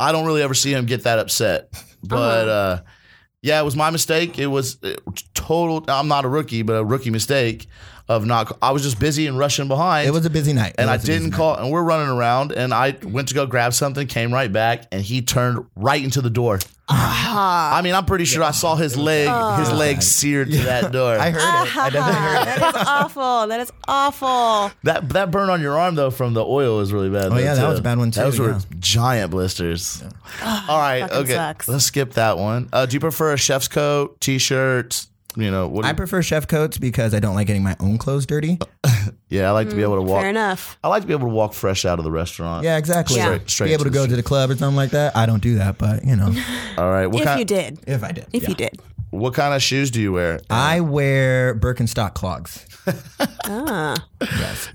[SPEAKER 1] I don't really ever see him get that upset.
[SPEAKER 2] Uh-huh.
[SPEAKER 1] But uh, yeah, it was my mistake. It was uh, total. I'm not a rookie, but a rookie mistake. of not. I was just busy and rushing behind.
[SPEAKER 3] It was a busy night. It
[SPEAKER 1] and I
[SPEAKER 3] was a busy
[SPEAKER 1] didn't
[SPEAKER 3] night.
[SPEAKER 1] call. And we're running around, and I went to go grab something, came right back, and he turned right into the door.
[SPEAKER 2] Ah.
[SPEAKER 1] I mean, I'm pretty sure I saw his leg, his leg seared to
[SPEAKER 3] [LAUGHS]
[SPEAKER 1] that door.
[SPEAKER 3] I heard
[SPEAKER 2] [LAUGHS]
[SPEAKER 3] it. I definitely heard it.
[SPEAKER 2] that is
[SPEAKER 1] [LAUGHS]
[SPEAKER 2] awful. That is awful.
[SPEAKER 1] that that burn on your arm though from the oil is really bad. Oh
[SPEAKER 3] yeah, that was a bad one, too,
[SPEAKER 1] Those were
[SPEAKER 3] yeah.
[SPEAKER 1] giant blisters. All right,
[SPEAKER 2] fucking
[SPEAKER 1] okay,
[SPEAKER 2] sucks.
[SPEAKER 1] let's skip that one. Uh, do you prefer a chef's coat, t-shirt? You know, what do
[SPEAKER 3] I
[SPEAKER 1] you-
[SPEAKER 3] prefer chef coats because I don't like getting my own clothes dirty.
[SPEAKER 1] Uh, yeah, I like to be able to walk.
[SPEAKER 2] Hmm, Fair enough.
[SPEAKER 1] I like to be able to walk fresh out of the restaurant.
[SPEAKER 3] Yeah, exactly.
[SPEAKER 2] Yeah.
[SPEAKER 1] Straight- straight
[SPEAKER 3] Be able
[SPEAKER 1] to
[SPEAKER 3] to go
[SPEAKER 1] the-
[SPEAKER 3] to the club or something like that. I don't do that, but you know,
[SPEAKER 1] [LAUGHS] All right. What
[SPEAKER 2] if
[SPEAKER 1] kind?
[SPEAKER 2] you did.
[SPEAKER 3] if I did,
[SPEAKER 2] If
[SPEAKER 3] yeah.
[SPEAKER 2] you did.
[SPEAKER 1] What kind of shoes do you wear?
[SPEAKER 3] I wear Birkenstock clogs.
[SPEAKER 2] Ah.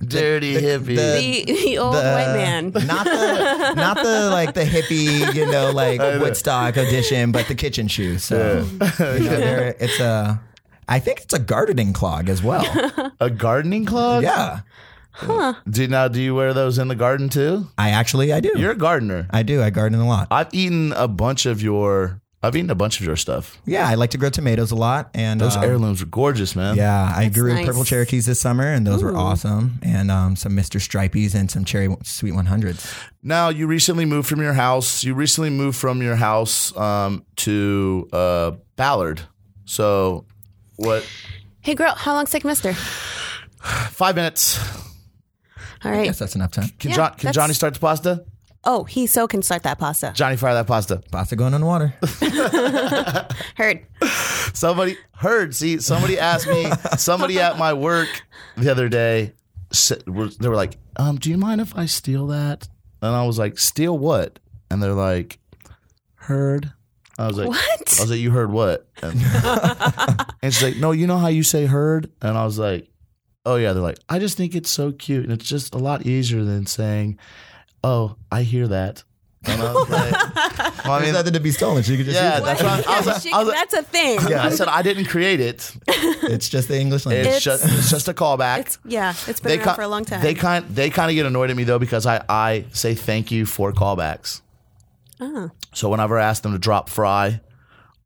[SPEAKER 1] Dirty hippie.
[SPEAKER 2] The, [LAUGHS] the old white man.
[SPEAKER 3] Not the not the like the hippie, you know,
[SPEAKER 1] [LAUGHS]
[SPEAKER 3] like Woodstock edition, but the kitchen shoe. So you
[SPEAKER 1] [LAUGHS]
[SPEAKER 3] know, they're- it's a I think it's a gardening clog as
[SPEAKER 1] [LAUGHS]
[SPEAKER 3] well.
[SPEAKER 1] a gardening club?
[SPEAKER 3] Yeah.
[SPEAKER 1] Do now? Do you wear those in the garden too?
[SPEAKER 3] I actually I do.
[SPEAKER 1] You're a gardener.
[SPEAKER 3] I do. I garden a lot.
[SPEAKER 1] I've eaten a bunch of your. I've eaten a bunch of your stuff.
[SPEAKER 3] Yeah, I like to grow tomatoes a lot and
[SPEAKER 1] Those
[SPEAKER 3] um,
[SPEAKER 1] heirlooms are gorgeous, man.
[SPEAKER 3] Yeah, I grew
[SPEAKER 2] nice.
[SPEAKER 3] purple Cherokees this summer, and those were awesome. And um, some Mr. Stripeys and some Cherry Sweet 100s.
[SPEAKER 1] Now you recently moved from your house. You recently moved from your house um, to uh, Ballard. So, what?
[SPEAKER 2] Hey, girl, how long's taking Mister?
[SPEAKER 1] Five minutes.
[SPEAKER 2] All
[SPEAKER 3] I
[SPEAKER 2] right.
[SPEAKER 3] guess that's enough time.
[SPEAKER 1] Can,
[SPEAKER 2] Yeah,
[SPEAKER 1] John, can
[SPEAKER 2] that's-
[SPEAKER 1] Johnny start the pasta?
[SPEAKER 2] Oh, he so can start that pasta.
[SPEAKER 1] Johnny, fire that pasta.
[SPEAKER 3] Pasta going on water.
[SPEAKER 2] Heard.
[SPEAKER 1] Somebody heard. See, somebody asked me. Somebody at my work the other day. said- were- They were like, um, "Do you mind if I steal that?" And I was like, "Steal what?" And they're like, "Heard." I was like,
[SPEAKER 2] [LAUGHS] What?
[SPEAKER 1] I was like, "You heard what?" And, and she's like, "No, you know how you say heard?" And I was like, "Oh yeah." They're like, "I just think it's so cute, and it's just a lot easier than saying, oh, I hear that.'" And I was like, [LAUGHS] well, I mean,
[SPEAKER 3] nothing to be stolen. So you could just
[SPEAKER 1] yeah,
[SPEAKER 3] use it.
[SPEAKER 1] that's why I was like-
[SPEAKER 2] She-
[SPEAKER 1] I was like-
[SPEAKER 2] that's a thing.
[SPEAKER 1] yeah, I said I didn't create it.
[SPEAKER 3] It's just the English language.
[SPEAKER 1] It's,
[SPEAKER 2] It's-
[SPEAKER 1] just it's just a callback.
[SPEAKER 2] It's, yeah, it's been around
[SPEAKER 1] ki-
[SPEAKER 2] for a long time.
[SPEAKER 1] They kind they kind of get annoyed at me though because I I say thank you for callbacks.
[SPEAKER 2] Oh.
[SPEAKER 1] So whenever I ask them to drop fry,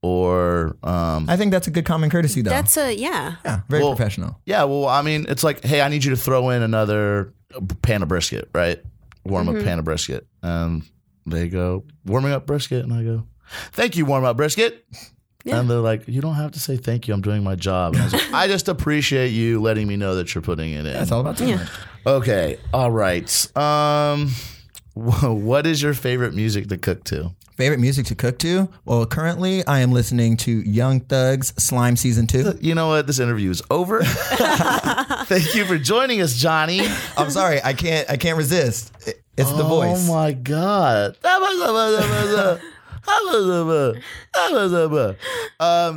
[SPEAKER 1] or um,
[SPEAKER 3] I think that's a good common courtesy, though.
[SPEAKER 2] That's a, yeah.
[SPEAKER 3] yeah, very
[SPEAKER 1] Well-
[SPEAKER 3] professional.
[SPEAKER 1] yeah, well, I mean, it's like, hey, I need you to throw in another pan of brisket, right? Warm
[SPEAKER 2] Mm-hmm.
[SPEAKER 1] up pan of brisket, and they go warming up brisket, and I go, thank you, warm up brisket.
[SPEAKER 2] Yeah.
[SPEAKER 1] And they're like, you don't have to say thank you. I'm doing my job. And I, was like, I just appreciate you letting me know that you're putting it in.
[SPEAKER 3] It's all about teamwork.
[SPEAKER 1] Okay. All right. Um, wh- what is your favorite music to cook to?
[SPEAKER 3] Favorite music to cook to? Well, currently I am listening to Young Thug's Slime
[SPEAKER 1] [LAUGHS]
[SPEAKER 3] Season 2.
[SPEAKER 1] You know what? This interview is over. Thank you for joining us, Johnny.
[SPEAKER 3] I'm sorry, I can't I can't resist. It- It's the voice.
[SPEAKER 1] Oh my God. [LAUGHS] Um,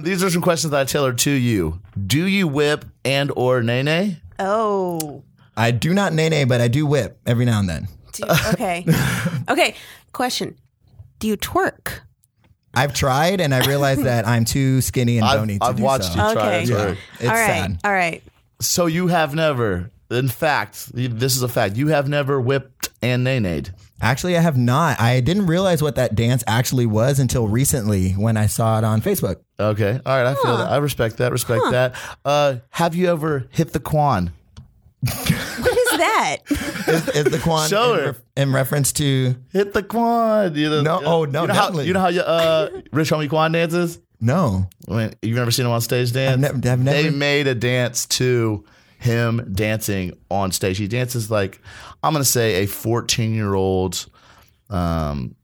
[SPEAKER 1] these are some questions that I tailored to you. Do you whip and or nay nay?
[SPEAKER 2] Oh.
[SPEAKER 3] I do not nay nay, but I do whip every now and then.
[SPEAKER 2] Dude, okay.
[SPEAKER 1] [LAUGHS]
[SPEAKER 2] okay. Question Do you twerk?
[SPEAKER 3] I've tried and I realized that I'm too skinny and bony
[SPEAKER 1] [LAUGHS] I've,
[SPEAKER 3] to
[SPEAKER 1] I've
[SPEAKER 3] do
[SPEAKER 1] watched
[SPEAKER 3] so.
[SPEAKER 1] you try
[SPEAKER 2] Okay.
[SPEAKER 1] and
[SPEAKER 2] Yeah.
[SPEAKER 1] twerk.
[SPEAKER 3] It's
[SPEAKER 2] Oh, all right.
[SPEAKER 3] sad.
[SPEAKER 2] All right.
[SPEAKER 1] So you have never, in fact, you- this is a fact, you have never whipped and nay nayed.
[SPEAKER 3] Actually, I have not. I didn't realize what that dance actually was until recently when I saw it on
[SPEAKER 1] [LAUGHS]
[SPEAKER 3] Facebook.
[SPEAKER 1] Okay. All right. I feel that. I respect that. Respect that. Uh, have you ever hit the Quan?
[SPEAKER 2] What is that?
[SPEAKER 3] Is, is the Quan
[SPEAKER 1] Show
[SPEAKER 3] in,
[SPEAKER 1] her.
[SPEAKER 3] ref- in reference to
[SPEAKER 1] Hit the Quan. You know,
[SPEAKER 3] No,
[SPEAKER 1] you
[SPEAKER 3] oh, no,
[SPEAKER 1] You know how,
[SPEAKER 3] definitely.
[SPEAKER 1] you know how your, [LAUGHS] uh, Rich Homie Quan dances?
[SPEAKER 3] no?
[SPEAKER 1] I mean, you've never seen him on stage dance?
[SPEAKER 3] I've nev- I've never-
[SPEAKER 1] They made a dance to him dancing on stage. He dances like, I'm going to say, a 14 year old um,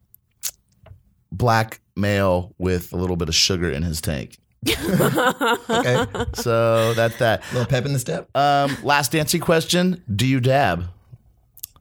[SPEAKER 1] black male with a little bit of sugar in his tank.
[SPEAKER 3] Okay,
[SPEAKER 1] So that's that.
[SPEAKER 3] little pep in the step.
[SPEAKER 1] Um, last dancing question: Do you dab?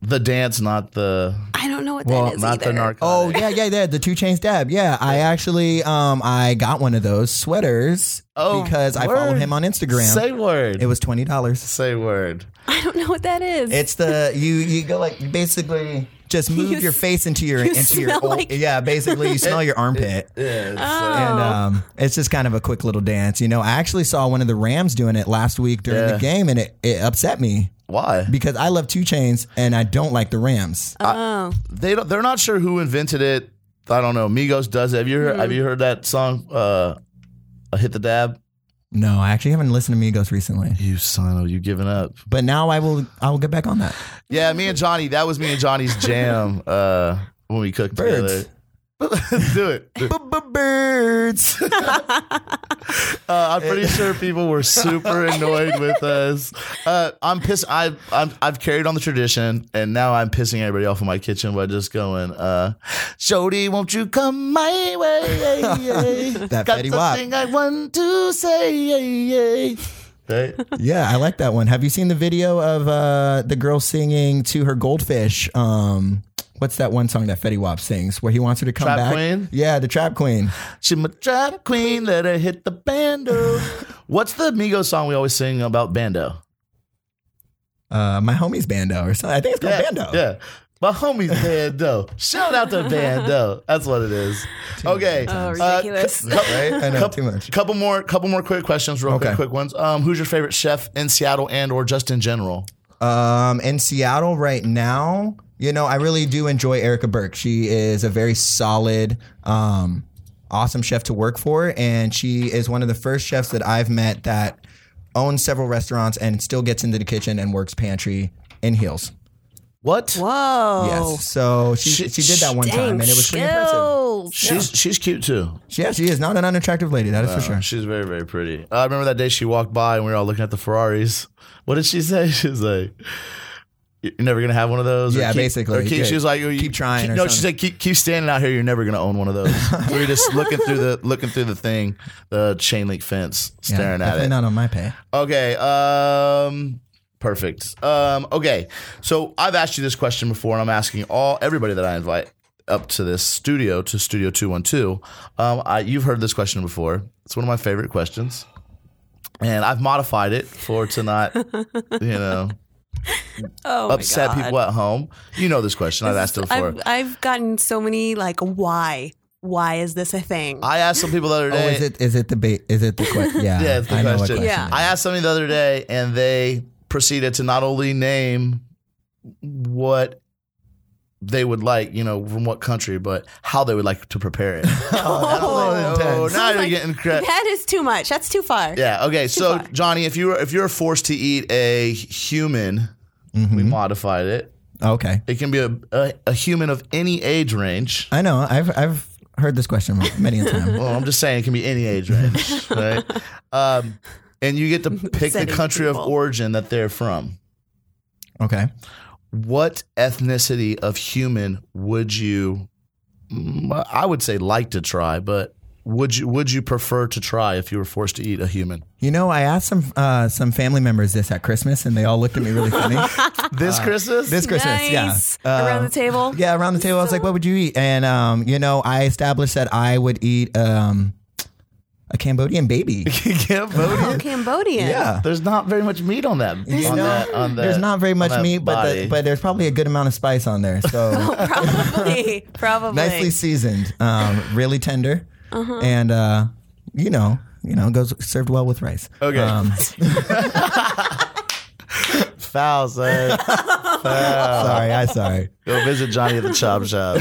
[SPEAKER 1] The dance, not the
[SPEAKER 2] I don't know what that is.
[SPEAKER 1] not
[SPEAKER 2] either.
[SPEAKER 1] the narcotic.
[SPEAKER 3] Oh yeah, yeah, yeah. The two chains dab. Yeah, I actually, um, I got one of those sweaters
[SPEAKER 1] Oh,
[SPEAKER 3] because I
[SPEAKER 1] word.
[SPEAKER 3] followed him on Instagram.
[SPEAKER 1] say word.
[SPEAKER 3] it was twenty dollars.
[SPEAKER 1] say word.
[SPEAKER 2] I don't know what that is.
[SPEAKER 3] It's the you you go like you basically just
[SPEAKER 2] [LAUGHS]
[SPEAKER 3] move
[SPEAKER 2] You
[SPEAKER 3] your
[SPEAKER 2] s-
[SPEAKER 3] face into your
[SPEAKER 2] you
[SPEAKER 3] into your
[SPEAKER 2] smell
[SPEAKER 3] old,
[SPEAKER 2] like- Oh.
[SPEAKER 3] yeah. Basically, you smell
[SPEAKER 2] [LAUGHS]
[SPEAKER 3] your armpit.
[SPEAKER 2] Ah.
[SPEAKER 1] uh,
[SPEAKER 3] and um, it's just kind of a quick little dance. You know, I actually saw one of the Rams doing it last week during
[SPEAKER 1] Yeah.
[SPEAKER 3] the game, and it, it upset me
[SPEAKER 1] Why?
[SPEAKER 3] because I love Two Chains and I don't like the Rams.
[SPEAKER 2] oh.
[SPEAKER 1] They don't, they're not sure who invented it. I don't know. Migos does it. Have you heard, have you heard that song? Uh, hit the dab.
[SPEAKER 3] No, I actually haven't listened to Migos recently.
[SPEAKER 1] You son of you giving up.
[SPEAKER 3] But now I will I will get back on that.
[SPEAKER 1] Yeah, me and Johnny, that was me and Johnny's jam uh when we cooked
[SPEAKER 3] Birds.
[SPEAKER 1] together. [LAUGHS] Do it. Do it. [LAUGHS]
[SPEAKER 3] Birds.
[SPEAKER 1] Uh, I'm pretty sure people were super annoyed with us. Uh, I'm pissed. I, I'm, I've carried on the tradition, and now I'm pissing everybody off in my kitchen by just going, uh, "Jody, won't you come my way?
[SPEAKER 3] That
[SPEAKER 1] Got
[SPEAKER 3] Fetty Wap.
[SPEAKER 1] something I want to say." Right?
[SPEAKER 3] Yeah, I like that one. Have you seen the video of uh, the girl singing to her goldfish? Um, what's that one song that Fetty Wap sings where he wants her to come
[SPEAKER 1] Trap
[SPEAKER 3] back?
[SPEAKER 1] Queen?
[SPEAKER 3] Yeah, the Trap Queen.
[SPEAKER 1] She my trap queen, let her hit the bando. What's the Migos song we always sing about bando?
[SPEAKER 3] Uh, my homie's Bando or something. I think it's called
[SPEAKER 1] Yeah,
[SPEAKER 3] Bando.
[SPEAKER 1] Yeah. My homie's Bando. Shout out to Bando. That's what it is. Okay.
[SPEAKER 2] Oh,
[SPEAKER 1] Uh,
[SPEAKER 2] ridiculous.
[SPEAKER 3] Right? I know
[SPEAKER 1] Cup-
[SPEAKER 3] too much.
[SPEAKER 1] Couple more, couple more quick questions, real quick,
[SPEAKER 3] Okay.
[SPEAKER 1] quick ones. Um, who's your favorite chef in Seattle and or just in general?
[SPEAKER 3] Um, in Seattle right now, you know, I really do enjoy Erica Burke. She is a very solid, um, awesome chef to work for, and she is one of the first chefs that I've met that owns several restaurants and still gets into the kitchen and works pantry in heels.
[SPEAKER 1] What?
[SPEAKER 2] Whoa.
[SPEAKER 3] Yes. So she
[SPEAKER 1] She-
[SPEAKER 3] she, did that one time, and it was pretty impressive.
[SPEAKER 1] She's she's cute too.
[SPEAKER 3] Yeah, she is not an unattractive lady. That is for sure.
[SPEAKER 1] Uh, She's very very pretty. I remember that day she walked by and we were all looking at the Ferraris. [LAUGHS] What did she say? [LAUGHS] She was like. You're never gonna have one of those.
[SPEAKER 3] Yeah, basically.
[SPEAKER 1] Or keep, she was like, you-
[SPEAKER 3] Keep trying
[SPEAKER 1] keep-
[SPEAKER 3] or
[SPEAKER 1] no, she
[SPEAKER 3] something.
[SPEAKER 1] said, keep, keep standing out here. You're never gonna own one of
[SPEAKER 3] [LAUGHS]
[SPEAKER 1] those. we were just looking through the looking through the thing, the chain link fence,
[SPEAKER 3] Yeah,
[SPEAKER 1] staring at
[SPEAKER 3] definitely
[SPEAKER 1] it.
[SPEAKER 3] not on my pay.
[SPEAKER 1] Okay. Um perfect. Um okay. So I've asked you this question before and I'm asking all everybody that I invite up to this studio to Studio 212. Um I you've heard this question before. It's one of my favorite questions. And I've modified it for to not, you
[SPEAKER 2] [LAUGHS]
[SPEAKER 1] know,
[SPEAKER 2] Oh my
[SPEAKER 1] upset
[SPEAKER 2] God.
[SPEAKER 1] people at home. You know this question. I've asked it before.
[SPEAKER 2] I've, I've gotten so many like why why is this a thing?
[SPEAKER 1] I asked some people the other
[SPEAKER 3] Oh,
[SPEAKER 1] day.
[SPEAKER 3] is it is it the bait? Is it the question? Yeah,
[SPEAKER 1] Uh, [LAUGHS] Yeah, it's the
[SPEAKER 3] I know what
[SPEAKER 1] question.
[SPEAKER 3] question.
[SPEAKER 2] Yeah.
[SPEAKER 3] it is.
[SPEAKER 1] I asked somebody the other day, and they proceeded to not only name what they would like, you know, from what country, but how they would like to prepare
[SPEAKER 2] [LAUGHS]
[SPEAKER 1] it.
[SPEAKER 3] Oh,
[SPEAKER 1] oh,
[SPEAKER 3] intense.
[SPEAKER 1] now you're
[SPEAKER 2] Like,
[SPEAKER 1] getting credit.
[SPEAKER 2] that is too much. That's too far.
[SPEAKER 1] Yeah. Okay. So
[SPEAKER 2] far.
[SPEAKER 1] Johnny, if you were if you're forced to eat a human, we
[SPEAKER 2] Mm-hmm.
[SPEAKER 1] modified it.
[SPEAKER 3] Mm-hmm. Okay.
[SPEAKER 1] It can be a, a a human of any age range.
[SPEAKER 3] I know. I've I've heard this question many
[SPEAKER 1] [LAUGHS]
[SPEAKER 3] a time.
[SPEAKER 1] Well, I'm just saying it can be any age range,
[SPEAKER 2] [LAUGHS]
[SPEAKER 1] right? Um, and you get to pick the
[SPEAKER 2] Upsetting
[SPEAKER 1] country of
[SPEAKER 2] people.
[SPEAKER 1] origin that they're from.
[SPEAKER 3] Okay.
[SPEAKER 1] what ethnicity of human would you mm, I would say like to try, but would you would you prefer to try if you were forced to eat a human?
[SPEAKER 3] You know, I asked some uh, some family members this at Christmas, and they all looked at me really funny.
[SPEAKER 1] Uh, This [LAUGHS] Christmas?
[SPEAKER 3] this Christmas,
[SPEAKER 2] Nice.
[SPEAKER 3] yeah. Uh,
[SPEAKER 2] Around the table.
[SPEAKER 3] yeah, around the table, I was like, "What would you eat?" And um, you know, I established that I would eat um, a Cambodian baby.
[SPEAKER 1] Cambodian?
[SPEAKER 2] Oh, Cambodian.
[SPEAKER 3] yeah.
[SPEAKER 1] There's not very much meat on that. on
[SPEAKER 3] no-
[SPEAKER 1] that, on that
[SPEAKER 3] There's not very
[SPEAKER 1] on
[SPEAKER 3] much
[SPEAKER 1] that
[SPEAKER 3] meat, but
[SPEAKER 1] body.
[SPEAKER 3] the, but there's probably a good amount of spice on there.
[SPEAKER 2] [LAUGHS]
[SPEAKER 3] So
[SPEAKER 2] [LAUGHS]
[SPEAKER 3] [LAUGHS]
[SPEAKER 2] Probably. Probably.
[SPEAKER 3] nicely seasoned, um, really tender, and uh, you know, you know, goes served well with rice.
[SPEAKER 1] Okay.
[SPEAKER 3] Um,
[SPEAKER 1] foul, son.
[SPEAKER 3] sorry, I sorry.
[SPEAKER 1] [LAUGHS] Go visit Johnny at the chop
[SPEAKER 3] [LAUGHS]
[SPEAKER 1] shop.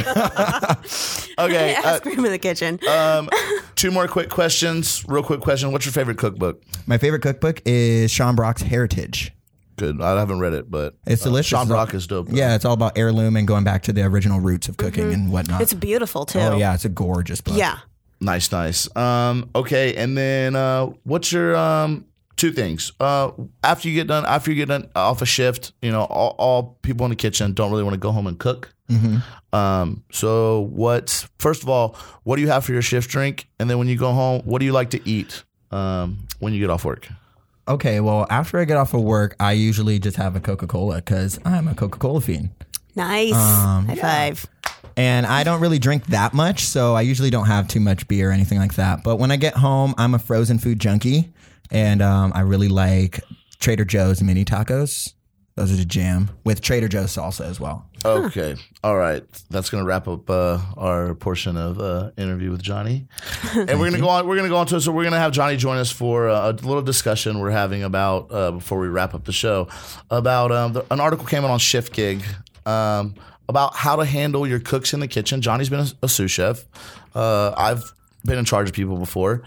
[SPEAKER 1] [LAUGHS] okay. uh,
[SPEAKER 2] Ask him in the kitchen.
[SPEAKER 3] uh,
[SPEAKER 1] um, two more quick questions. Real quick question. What's your favorite cookbook?
[SPEAKER 3] My favorite cookbook is Sean Brock's Heritage.
[SPEAKER 1] Good. I haven't read it, but uh,
[SPEAKER 3] It's delicious.
[SPEAKER 1] Sean
[SPEAKER 3] It's all-
[SPEAKER 1] Brock is dope. though.
[SPEAKER 3] Yeah, it's all about heirloom and going back to the original roots of cooking and whatnot.
[SPEAKER 2] Mm-hmm. it's beautiful too.
[SPEAKER 3] oh yeah, it's a gorgeous book.
[SPEAKER 2] Yeah.
[SPEAKER 1] Nice, nice. Um, okay, and then uh, what's your um, two things? Uh, after you get done, after you get done off a shift, you know, all, all people in the kitchen don't really want to go home and cook. Um, so what? First of all, what do you have for your shift drink? And then when you go home, what do you like to eat um, when you get off work?
[SPEAKER 3] Okay, well, after I get off of work, I usually just have a Coca Cola because I'm a Coca Cola fiend,
[SPEAKER 2] Nice.
[SPEAKER 3] Um,
[SPEAKER 2] High five.
[SPEAKER 3] and I don't really drink that much, so I usually don't have too much beer or anything like that. But when I get home, I'm a frozen food junkie, and um, I really like Trader Joe's mini tacos. Those are the jam with Trader Joe's salsa as well.
[SPEAKER 1] Okay, all right, that's gonna wrap up uh, our portion of uh, interview with Johnny, and we're gonna go on. We're gonna go on to so we're gonna have Johnny join us for uh, a little discussion we're having about uh, before we wrap up the show about um, the, an article came out on Shift Gig um, about how to handle your cooks in the kitchen. Johnny's been a, a sous chef. Uh, I've been in charge of people before,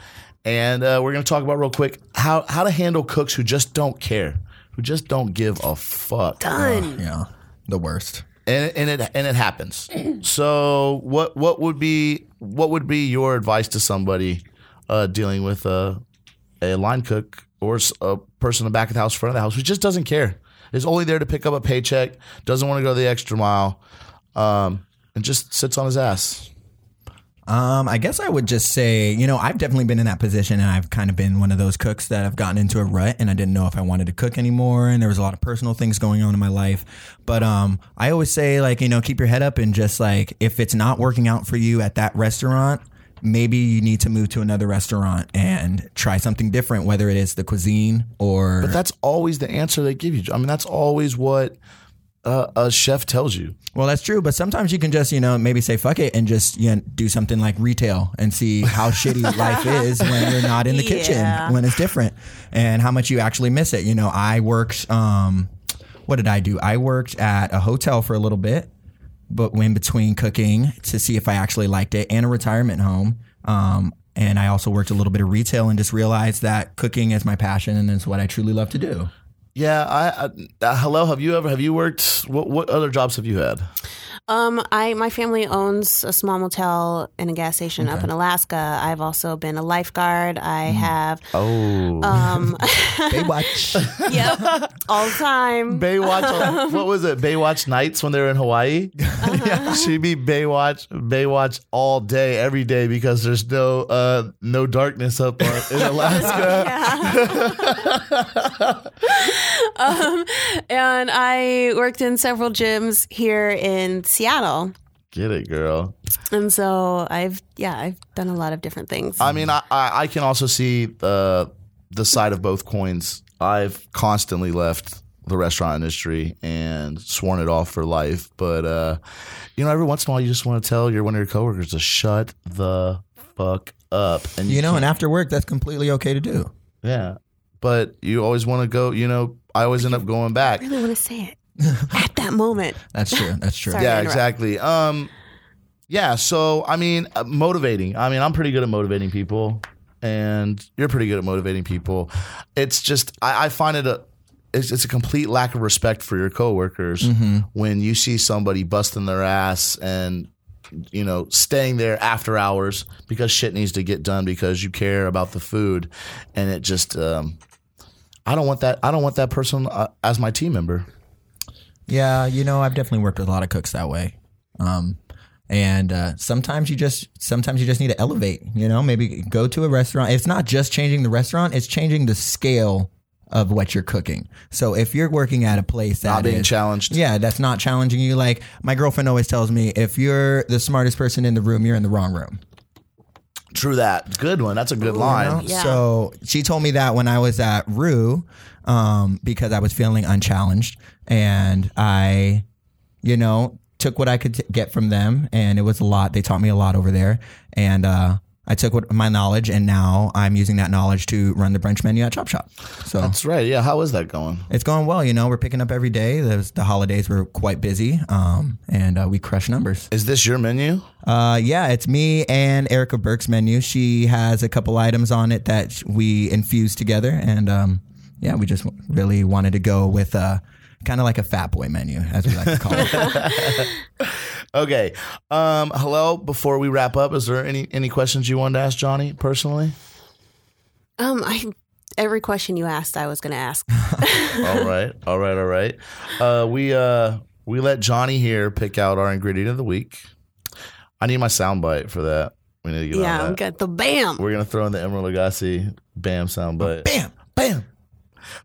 [SPEAKER 1] and uh, we're going to talk about real quick how how to handle cooks who just don't care, who just don't give a fuck.
[SPEAKER 2] Done.
[SPEAKER 3] Yeah, the worst.
[SPEAKER 1] and and it and it happens. [CLEARS THROAT] So what what would be what would be your advice to somebody uh, dealing with a a line cook or s- a person in the back of the house, front of the house, who just doesn't care, is only there to pick up a paycheck, doesn't want to go the extra mile, um, and just sits on his ass.
[SPEAKER 3] Um, I guess I would just say, you know, I've definitely been in that position and I've kind of been one of those cooks that have gotten into a rut and I didn't know if I wanted to cook anymore and there was a lot of personal things going on in my life. But um I always say like, you know, keep your head up and just like if it's not working out for you at that restaurant, maybe you need to move to another restaurant and try something different, whether it is the cuisine or
[SPEAKER 1] But that's always the answer they give you. I mean, that's always what uh, a chef tells you.
[SPEAKER 3] Well, that's true, but sometimes you can just, you know, maybe say fuck it and just you know, do something like retail and see how shitty life is when you're not in the
[SPEAKER 2] Yeah.
[SPEAKER 3] kitchen, when it's different, and how much you actually miss it. You know, I worked, um, what did I do? I worked at a hotel for a little bit, but in between cooking to see if I actually liked it and a retirement home. Um, and I also worked a little bit of retail and just realized that cooking is my passion and it's what I truly love to do.
[SPEAKER 1] Yeah. I, I uh, hello. Have you ever have you worked? What what other jobs have you had?
[SPEAKER 2] Um, I my family owns a small motel and a gas station up in Alaska. I've also been a lifeguard. I
[SPEAKER 3] Mm.
[SPEAKER 2] have
[SPEAKER 1] Oh.
[SPEAKER 3] [LAUGHS]
[SPEAKER 2] um, [LAUGHS]
[SPEAKER 3] Baywatch.
[SPEAKER 2] yep, all the time.
[SPEAKER 1] Baywatch. uh, what was it? Baywatch nights when they were in Hawaii. [LAUGHS] She'd be Baywatch, Baywatch all day, every day because there's no uh, no darkness up on, in
[SPEAKER 2] [LAUGHS]
[SPEAKER 1] Alaska.
[SPEAKER 2] um, and I worked in several gyms here in Seattle.
[SPEAKER 1] Get it, girl.
[SPEAKER 2] And so I've, yeah, I've done a lot of different things.
[SPEAKER 1] I mean, I, I, I can also see the the side of both coins. I've constantly left the restaurant industry and sworn it off for life, but uh, you know, every once in a while, you just want to tell your one of your coworkers to shut the fuck up, and
[SPEAKER 3] you know, and after work, that's completely okay to do.
[SPEAKER 1] Yeah. But you always want to go, you know, I always end up going
[SPEAKER 2] [LAUGHS]
[SPEAKER 1] back.
[SPEAKER 2] I really want to say it at that moment.
[SPEAKER 3] That's true. That's true.
[SPEAKER 2] Sorry.
[SPEAKER 1] Yeah,
[SPEAKER 2] interrupt.
[SPEAKER 1] exactly. Um yeah, so I mean, uh, motivating. I mean, I'm pretty good at motivating people and you're pretty good at motivating people. It's just I, I find it a it's, it's a complete lack of respect for your coworkers
[SPEAKER 3] Mm-hmm.
[SPEAKER 1] when you see somebody busting their ass and you know, staying there after hours because shit needs to get done because you care about the food, and it just, um, I don't want that. I don't want that person uh, as my team member.
[SPEAKER 3] Yeah, you know, I've definitely worked with a lot of cooks that way. Um, and uh, sometimes you just sometimes you just need to elevate. You know, maybe go to a restaurant. It's not just changing the restaurant; it's changing the scale of what you're cooking. So if you're working at a place that
[SPEAKER 1] Not being
[SPEAKER 3] is-
[SPEAKER 1] challenged.
[SPEAKER 3] yeah, that's not challenging you. Like my girlfriend always tells me, if you're the smartest person in the room, you're in the wrong room.
[SPEAKER 1] True that. Good one. That's a good line.
[SPEAKER 3] know?
[SPEAKER 2] Yeah.
[SPEAKER 3] So she told me that when I was at Rue, um, because I was feeling unchallenged, and I, you know, took what I could t- get from them, and it was a lot. They taught me a lot over there, and uh, I took what my knowledge, and now I'm using that knowledge to run the brunch menu at Chop Shop. So.
[SPEAKER 1] That's right. Yeah. How is that going?
[SPEAKER 3] it's going well, you know. We're picking up every day. There's, the holidays were quite busy, um, and uh, we crush numbers.
[SPEAKER 1] Is this your menu?
[SPEAKER 3] Uh, yeah, it's me and Erica Burke's menu. She has a couple items on it that sh- we infused together, and um, yeah, we just w- really wanted to go with uh, kind of like a fat boy menu, as we like to call
[SPEAKER 2] [LAUGHS]
[SPEAKER 3] it.
[SPEAKER 1] Okay. Um, hello. Before we wrap up, is there any any questions you wanted to ask Johnny personally?
[SPEAKER 2] Um, I, every question you asked, I was going to ask.
[SPEAKER 1] all right. All right. All right. Uh, we uh, we let Johnny here pick out our ingredient of the week. I need my soundbite for that. We need to get on
[SPEAKER 2] yeah,
[SPEAKER 1] that.
[SPEAKER 2] I'm good. The bam.
[SPEAKER 1] We're gonna throw in the Emerald Lagasse bam soundbite.
[SPEAKER 3] bam, bam.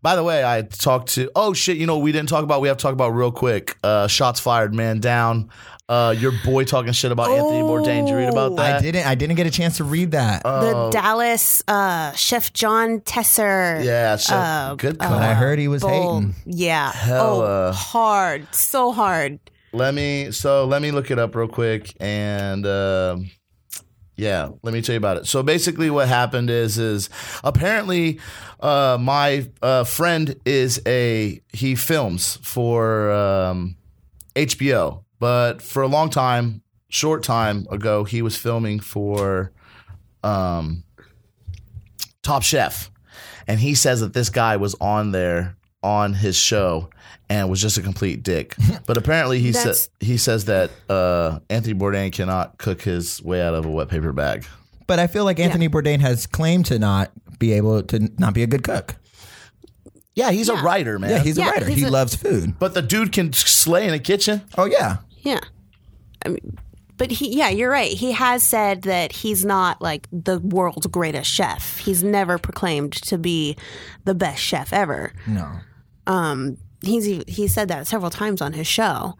[SPEAKER 1] By the way, I talked to. Oh shit! You know we didn't talk about. We have to talk about real quick. Uh, shots fired, man down. Uh, your boy talking shit about Anthony Bourdain. Did you read about that?
[SPEAKER 3] Oh,
[SPEAKER 1] Oh,
[SPEAKER 3] I didn't. I didn't get a chance to read that,
[SPEAKER 2] the Dallas uh, Chef John Tesser.
[SPEAKER 1] Yeah. So good.
[SPEAKER 3] but
[SPEAKER 1] call.
[SPEAKER 3] I heard he was
[SPEAKER 2] Bowl.
[SPEAKER 3] hating.
[SPEAKER 2] Yeah.
[SPEAKER 1] Hella.
[SPEAKER 2] Oh, hard. So hard.
[SPEAKER 1] Let me. So let me look it up real quick and. um yeah, let me tell you about it. So basically, what happened is, is apparently, uh, my uh, friend is a he films for um, HBO, but for a long time, short time ago, he was filming for um, Top Chef, and he says that this guy was on there on his show and was just a complete [LAUGHS] dick. But apparently he says
[SPEAKER 2] That's-
[SPEAKER 1] he says that uh, Anthony Bourdain cannot cook his way out of a wet paper bag.
[SPEAKER 3] But I feel like Anthony Bourdain has claimed to not be able to not be a good cook.
[SPEAKER 1] Yeah, he's a writer, man.
[SPEAKER 3] Yeah, he's
[SPEAKER 2] Yeah,
[SPEAKER 3] a writer.
[SPEAKER 2] he's
[SPEAKER 3] he
[SPEAKER 2] a-
[SPEAKER 3] loves food.
[SPEAKER 1] but the dude can slay in a kitchen.
[SPEAKER 3] Oh yeah.
[SPEAKER 2] Yeah. I mean, but he, yeah, you're right. He has said that he's not like the world's greatest chef. He's never proclaimed to be the best chef ever.
[SPEAKER 3] No.
[SPEAKER 2] Um, he's ev- he said that several times on his show.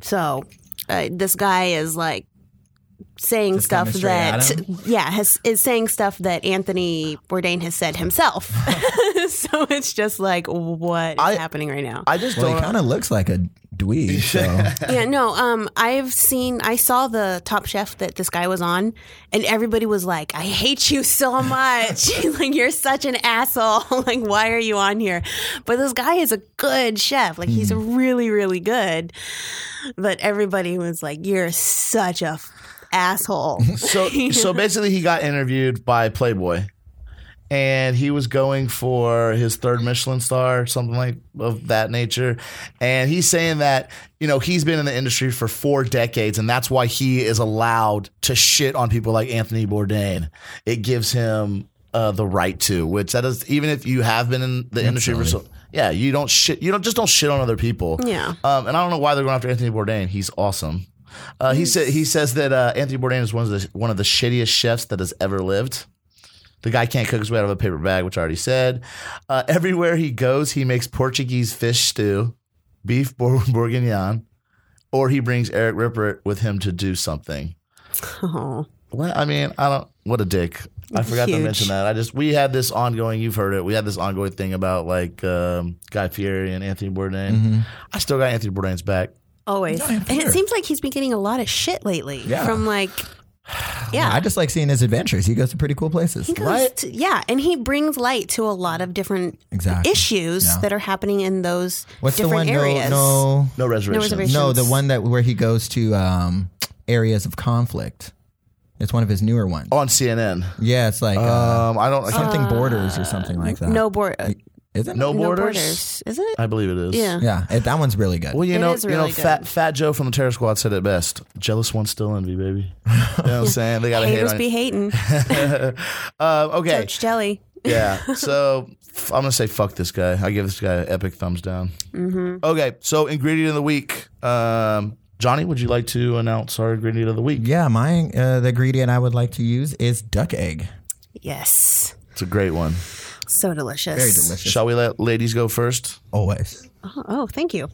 [SPEAKER 2] So uh, this guy is like saying stuff
[SPEAKER 3] coming straight at
[SPEAKER 2] that
[SPEAKER 3] him?
[SPEAKER 2] yeah has, is saying stuff that Anthony Bourdain has said himself. [LAUGHS] so it's just like what is
[SPEAKER 1] I-
[SPEAKER 2] happening right now?
[SPEAKER 1] I just
[SPEAKER 3] Well, he
[SPEAKER 1] don't.
[SPEAKER 3] kind of looks like a
[SPEAKER 2] [LAUGHS]
[SPEAKER 3] dweeb. So
[SPEAKER 2] Yeah, no. Um, I've seen, I saw the Top Chef that this guy was on, and everybody was like, "I hate you so much! [LAUGHS] like you're such an asshole! [LAUGHS] like why are you on here?" But this guy is a good chef. Like he's really, really good. But everybody was like, "You're such a f- asshole."
[SPEAKER 1] so so basically he got interviewed by Playboy and he was going for his third Michelin star something like of that nature and he's saying that you know he's been in the industry for 4 decades and that's why he is allowed to shit on people like Anthony Bourdain it gives him uh, the right to which that is even if you have been in the industry for so yeah you don't shit you don't just don't shit on other people
[SPEAKER 2] Yeah.
[SPEAKER 1] um, and I don't know why they're going after Anthony Bourdain. He's awesome. Uh, he said he says that uh, Anthony Bourdain is one of the one of the shittiest chefs that has ever lived. The guy can't cook his way out of a paper bag, which I already said. Uh, everywhere he goes, he makes Portuguese fish stew, beef bour- [LAUGHS] bourguignon, or he brings Eric Ripper with him to do something.
[SPEAKER 2] oh,
[SPEAKER 1] What I mean, I don't. What a dick! I forgot to
[SPEAKER 2] Huge.
[SPEAKER 1] mention that. I just we had this ongoing. You've heard it. We had this ongoing thing about like um, Guy Fieri and Anthony Bourdain. I still got Anthony Bourdain's back.
[SPEAKER 2] always. and it seems like he's been getting a lot of shit lately
[SPEAKER 3] Yeah.
[SPEAKER 2] from like, yeah.
[SPEAKER 3] I just like seeing his adventures. He goes to pretty cool places.
[SPEAKER 2] He goes
[SPEAKER 1] Right?
[SPEAKER 2] to- yeah, and he brings light to a lot of different
[SPEAKER 3] Exactly.
[SPEAKER 2] issues
[SPEAKER 3] Yeah.
[SPEAKER 2] that are happening in those
[SPEAKER 3] What's the
[SPEAKER 2] different
[SPEAKER 3] one?
[SPEAKER 2] areas.
[SPEAKER 3] No,
[SPEAKER 1] No reservation.
[SPEAKER 2] reservation.
[SPEAKER 3] no, no. The
[SPEAKER 2] Patience.
[SPEAKER 3] one that where he goes to um, areas of conflict. It's one of his newer ones.
[SPEAKER 1] On CNN.
[SPEAKER 3] Yeah, it's like uh,
[SPEAKER 1] Um, I don't. I can't,
[SPEAKER 3] something borders or something like that.
[SPEAKER 2] No, bor- uh,
[SPEAKER 3] is it?
[SPEAKER 1] no,
[SPEAKER 2] no
[SPEAKER 1] borders?
[SPEAKER 2] borders, is it?
[SPEAKER 1] I believe it is.
[SPEAKER 2] Yeah.
[SPEAKER 3] Yeah, it, that one's really good.
[SPEAKER 1] Well, you
[SPEAKER 2] It
[SPEAKER 1] know,
[SPEAKER 2] is
[SPEAKER 1] you know,
[SPEAKER 2] really good.
[SPEAKER 1] Fat Fat Joe from the Terror Squad said it best. Jealous one's still envy, [LAUGHS] baby. You know what I'm saying? They gotta hate
[SPEAKER 2] Haters
[SPEAKER 1] on
[SPEAKER 2] be
[SPEAKER 1] you.
[SPEAKER 3] [LAUGHS]
[SPEAKER 2] hating.
[SPEAKER 1] Um, okay,
[SPEAKER 2] Coach Jelly. [LAUGHS]
[SPEAKER 1] yeah. So f- I'm gonna say fuck this guy. I give this guy an epic thumbs down.
[SPEAKER 2] Mm-hmm.
[SPEAKER 1] Okay, so ingredient of the week. Um, Johnny, would you like to announce our ingredient of the week?
[SPEAKER 3] yeah, my uh, the ingredient I would like to use is duck egg.
[SPEAKER 2] Yes.
[SPEAKER 1] It's a great one.
[SPEAKER 2] So delicious.
[SPEAKER 3] Very delicious.
[SPEAKER 1] Shall we let ladies go first?
[SPEAKER 3] Always.
[SPEAKER 2] Oh, oh, thank you.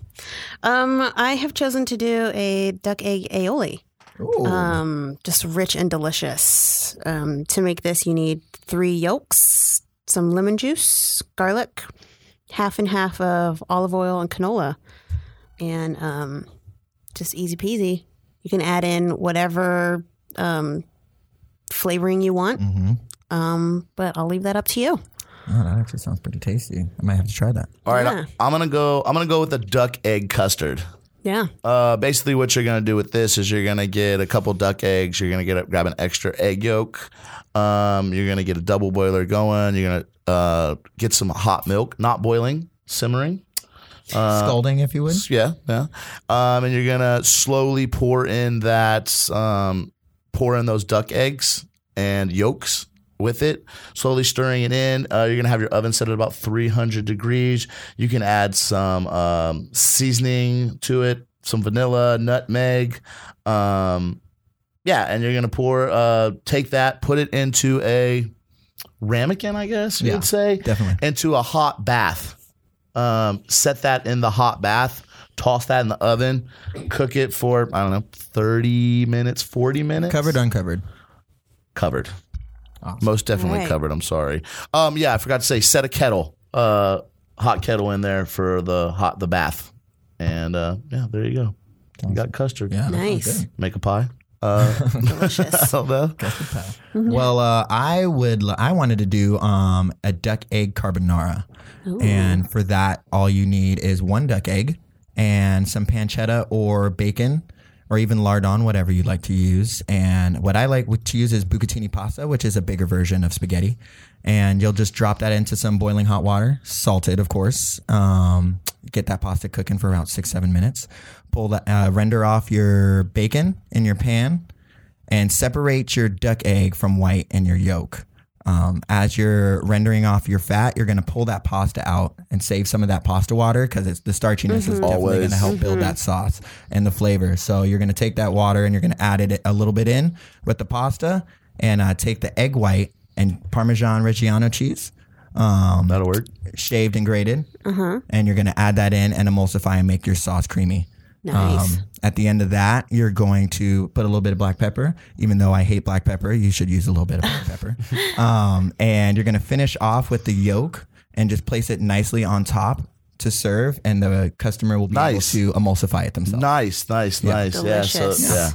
[SPEAKER 2] Um, I have chosen to do a duck egg aioli.
[SPEAKER 3] Ooh.
[SPEAKER 2] um, just rich and delicious. Um, to make this, you need three yolks, some lemon juice, garlic, half and half of olive oil and canola, and um, just easy peasy. You can add in whatever um, flavoring you want, um, but I'll leave that up to you.
[SPEAKER 3] oh, that actually sounds pretty tasty. I might have to try that.
[SPEAKER 1] All right,
[SPEAKER 2] Yeah.
[SPEAKER 1] I- I'm gonna go. I'm gonna go with the duck egg custard.
[SPEAKER 2] Yeah,
[SPEAKER 1] Uh, basically, what you're gonna do with this is you're gonna get a couple duck eggs. You're gonna get a, grab an extra egg yolk. Um, you're gonna get a double boiler going. You're gonna uh, get some hot milk, not boiling, simmering. Uh,
[SPEAKER 3] Scalding, if you would.
[SPEAKER 1] Yeah, yeah. Um, and you're gonna slowly pour in that, um, pour in those duck eggs and yolks with it. Slowly stirring it in. Uh, you're gonna have your oven set at about 300 degrees. You can add some um, seasoning to it, some vanilla, nutmeg. Um, yeah, and you're gonna pour. Uh, take that, put it into a ramekin, I guess
[SPEAKER 3] Yeah,
[SPEAKER 1] you'd say
[SPEAKER 3] definitely.
[SPEAKER 1] into a hot bath. Um, set that in the hot bath, toss that in the oven, cook it for I don't know, thirty minutes, forty minutes.
[SPEAKER 3] Covered, uncovered.
[SPEAKER 1] covered. Most definitely
[SPEAKER 2] All right.
[SPEAKER 1] covered. I'm sorry. Um, yeah, I forgot to say, set a kettle, uh, hot kettle in there for the hot the bath, and uh, yeah, there you go. You got custard.
[SPEAKER 3] Yeah. that sounds
[SPEAKER 2] Nice.
[SPEAKER 3] good.
[SPEAKER 1] Make a pie. [LAUGHS] Uh, I
[SPEAKER 2] delicious.
[SPEAKER 1] don't know.
[SPEAKER 3] Well, uh, I would. l- I wanted to do um, a duck egg carbonara, and for that, all you need is one duck egg and some pancetta or bacon, or even lardon, whatever you'd like to use. And what I like with- to use is bucatini pasta, which is a bigger version of spaghetti. And you'll just drop that into some boiling hot water, salted, of course. Um, get that pasta cooking for about six, seven minutes. Pull that, uh, render off your bacon in your pan and separate your duck egg from white and your yolk. Um, as you're rendering off your fat, you're going to pull that pasta out and save some of that pasta water because it's the starchiness is definitely going
[SPEAKER 1] Always.
[SPEAKER 3] to help build that sauce and the flavor. So you're going to take that water and you're going to add it a little bit in with the pasta and uh, take the egg white and Parmesan Reggiano cheese. Um,
[SPEAKER 1] That'll work.
[SPEAKER 3] shaved and grated,
[SPEAKER 2] Uh-huh.
[SPEAKER 3] and you're going to add that in and emulsify and make your sauce creamy. Um,
[SPEAKER 2] Nice.
[SPEAKER 3] at the end of that, you're going to put a little bit of black pepper. Even though I hate black pepper, you should use a little bit of
[SPEAKER 2] [LAUGHS]
[SPEAKER 3] black pepper. Um, and you're going to finish off with the yolk and just place it nicely on top to serve, and the customer will be
[SPEAKER 1] Nice.
[SPEAKER 3] able to emulsify it themselves.
[SPEAKER 1] Nice, nice, nice. Yeah,
[SPEAKER 2] Delicious.
[SPEAKER 1] so, yeah.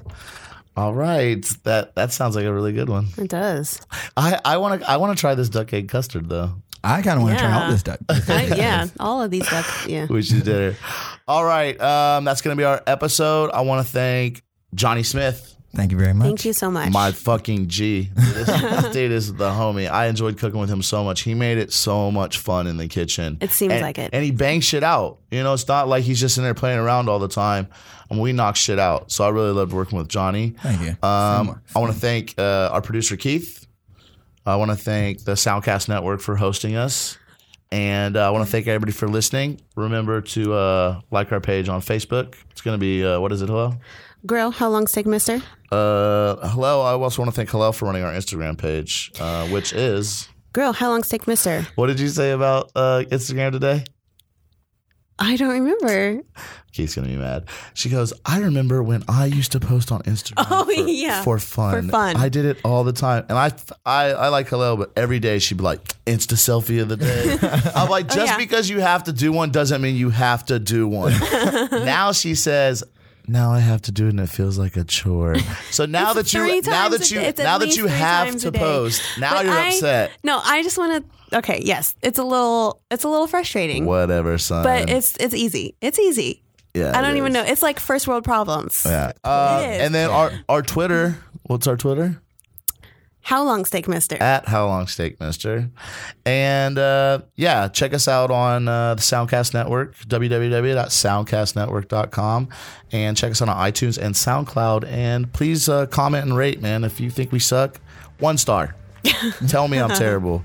[SPEAKER 1] All right, that that sounds like a really good one.
[SPEAKER 2] It does.
[SPEAKER 1] I I want to I want to try this duck egg custard though.
[SPEAKER 3] I kind of want to try
[SPEAKER 2] Yeah.
[SPEAKER 3] out
[SPEAKER 2] [LAUGHS]
[SPEAKER 3] this duck.
[SPEAKER 2] I, yeah, all of these ducks. Yeah.
[SPEAKER 1] We should do it. All right, um, that's gonna be our episode. I want to thank Johnny Smith.
[SPEAKER 3] Thank you very much.
[SPEAKER 2] Thank you so much.
[SPEAKER 1] My fucking G. This, this [LAUGHS] dude is the homie. I enjoyed cooking with him so much. He made it so much fun in the kitchen.
[SPEAKER 2] It seems
[SPEAKER 1] And-
[SPEAKER 2] like it.
[SPEAKER 1] And he bangs shit out. You know, it's not like he's just in there playing around all the time. And we knock shit out. So I really loved working with Johnny.
[SPEAKER 3] Thank you.
[SPEAKER 1] Um, I want to thank uh, our producer Keith. I want to thank the Soundcast Network for hosting us, and uh, I want to thank everybody for listening. Remember to uh, like our page on Facebook. It's going to be uh, what is it? Hello,
[SPEAKER 2] Grill, how long's take, mister?
[SPEAKER 1] uh, hello. I also want to thank Hello for running our Instagram page, uh, which is
[SPEAKER 2] Grill, how long's take, mister?
[SPEAKER 1] what did you say about uh, Instagram today?
[SPEAKER 2] I don't remember.
[SPEAKER 1] Keith's gonna be mad. She goes, I remember when I used to post on Instagram.
[SPEAKER 2] [LAUGHS] Oh,
[SPEAKER 1] for,
[SPEAKER 2] yeah.
[SPEAKER 1] for fun.
[SPEAKER 2] For fun.
[SPEAKER 1] I did it all the time, and I, I, I like hello, but every day she'd be like, Insta selfie of the
[SPEAKER 2] [LAUGHS]
[SPEAKER 1] day. I'm like, just
[SPEAKER 2] Oh, yeah.
[SPEAKER 1] because you have to do one doesn't mean you have to do
[SPEAKER 2] [LAUGHS]
[SPEAKER 1] one. now she says. Now I have to do it, and it feels like a chore. So now that
[SPEAKER 2] Three
[SPEAKER 1] you, now
[SPEAKER 2] times
[SPEAKER 1] that
[SPEAKER 2] a
[SPEAKER 1] you,
[SPEAKER 2] day. It's at
[SPEAKER 1] now that
[SPEAKER 2] least
[SPEAKER 1] you
[SPEAKER 2] three
[SPEAKER 1] have
[SPEAKER 2] times
[SPEAKER 1] to
[SPEAKER 2] a day.
[SPEAKER 1] post, now
[SPEAKER 2] But
[SPEAKER 1] you're
[SPEAKER 2] I-
[SPEAKER 1] upset.
[SPEAKER 2] No, I just want to. Okay, yes, it's a little, it's a little frustrating,
[SPEAKER 1] Whatever, son.
[SPEAKER 2] but it's it's easy. It's easy.
[SPEAKER 1] yeah,
[SPEAKER 2] I don't
[SPEAKER 1] it
[SPEAKER 2] even
[SPEAKER 1] is.
[SPEAKER 2] know. It's like first world problems.
[SPEAKER 1] Yeah. Uh,
[SPEAKER 2] It is.
[SPEAKER 1] and then our our Twitter. What's our Twitter?
[SPEAKER 2] How long's take, mister?
[SPEAKER 1] at How Long Steak Mister. And uh, yeah, check us out on uh, the Soundcast Network, www.soundcastnetwork.com. And check us out on iTunes and SoundCloud. And please uh, comment and rate, man. If you think we suck, one star. Tell me I'm terrible.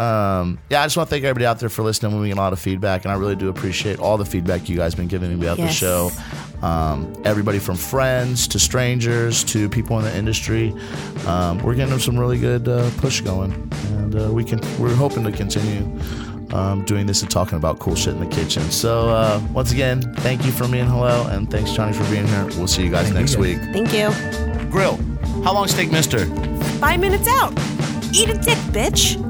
[SPEAKER 1] Um, yeah, I just want to thank everybody out there for listening. We get a lot of feedback, and I really do appreciate all the feedback you guys been giving me about
[SPEAKER 2] Yes.
[SPEAKER 1] the show. Um, everybody from friends to strangers to people in the industry, um, we're getting some really good uh, push going, and uh, we can. We're hoping to continue um, doing this and talking about cool shit in the kitchen. So uh, once again, thank you for me and hello, and thanks Johnny for being here. We'll see you guys
[SPEAKER 3] Thank
[SPEAKER 1] next
[SPEAKER 3] you.
[SPEAKER 1] week.
[SPEAKER 2] Thank you.
[SPEAKER 1] Grill, how long steak, Mister?
[SPEAKER 2] Five minutes out. Eat a dick, bitch.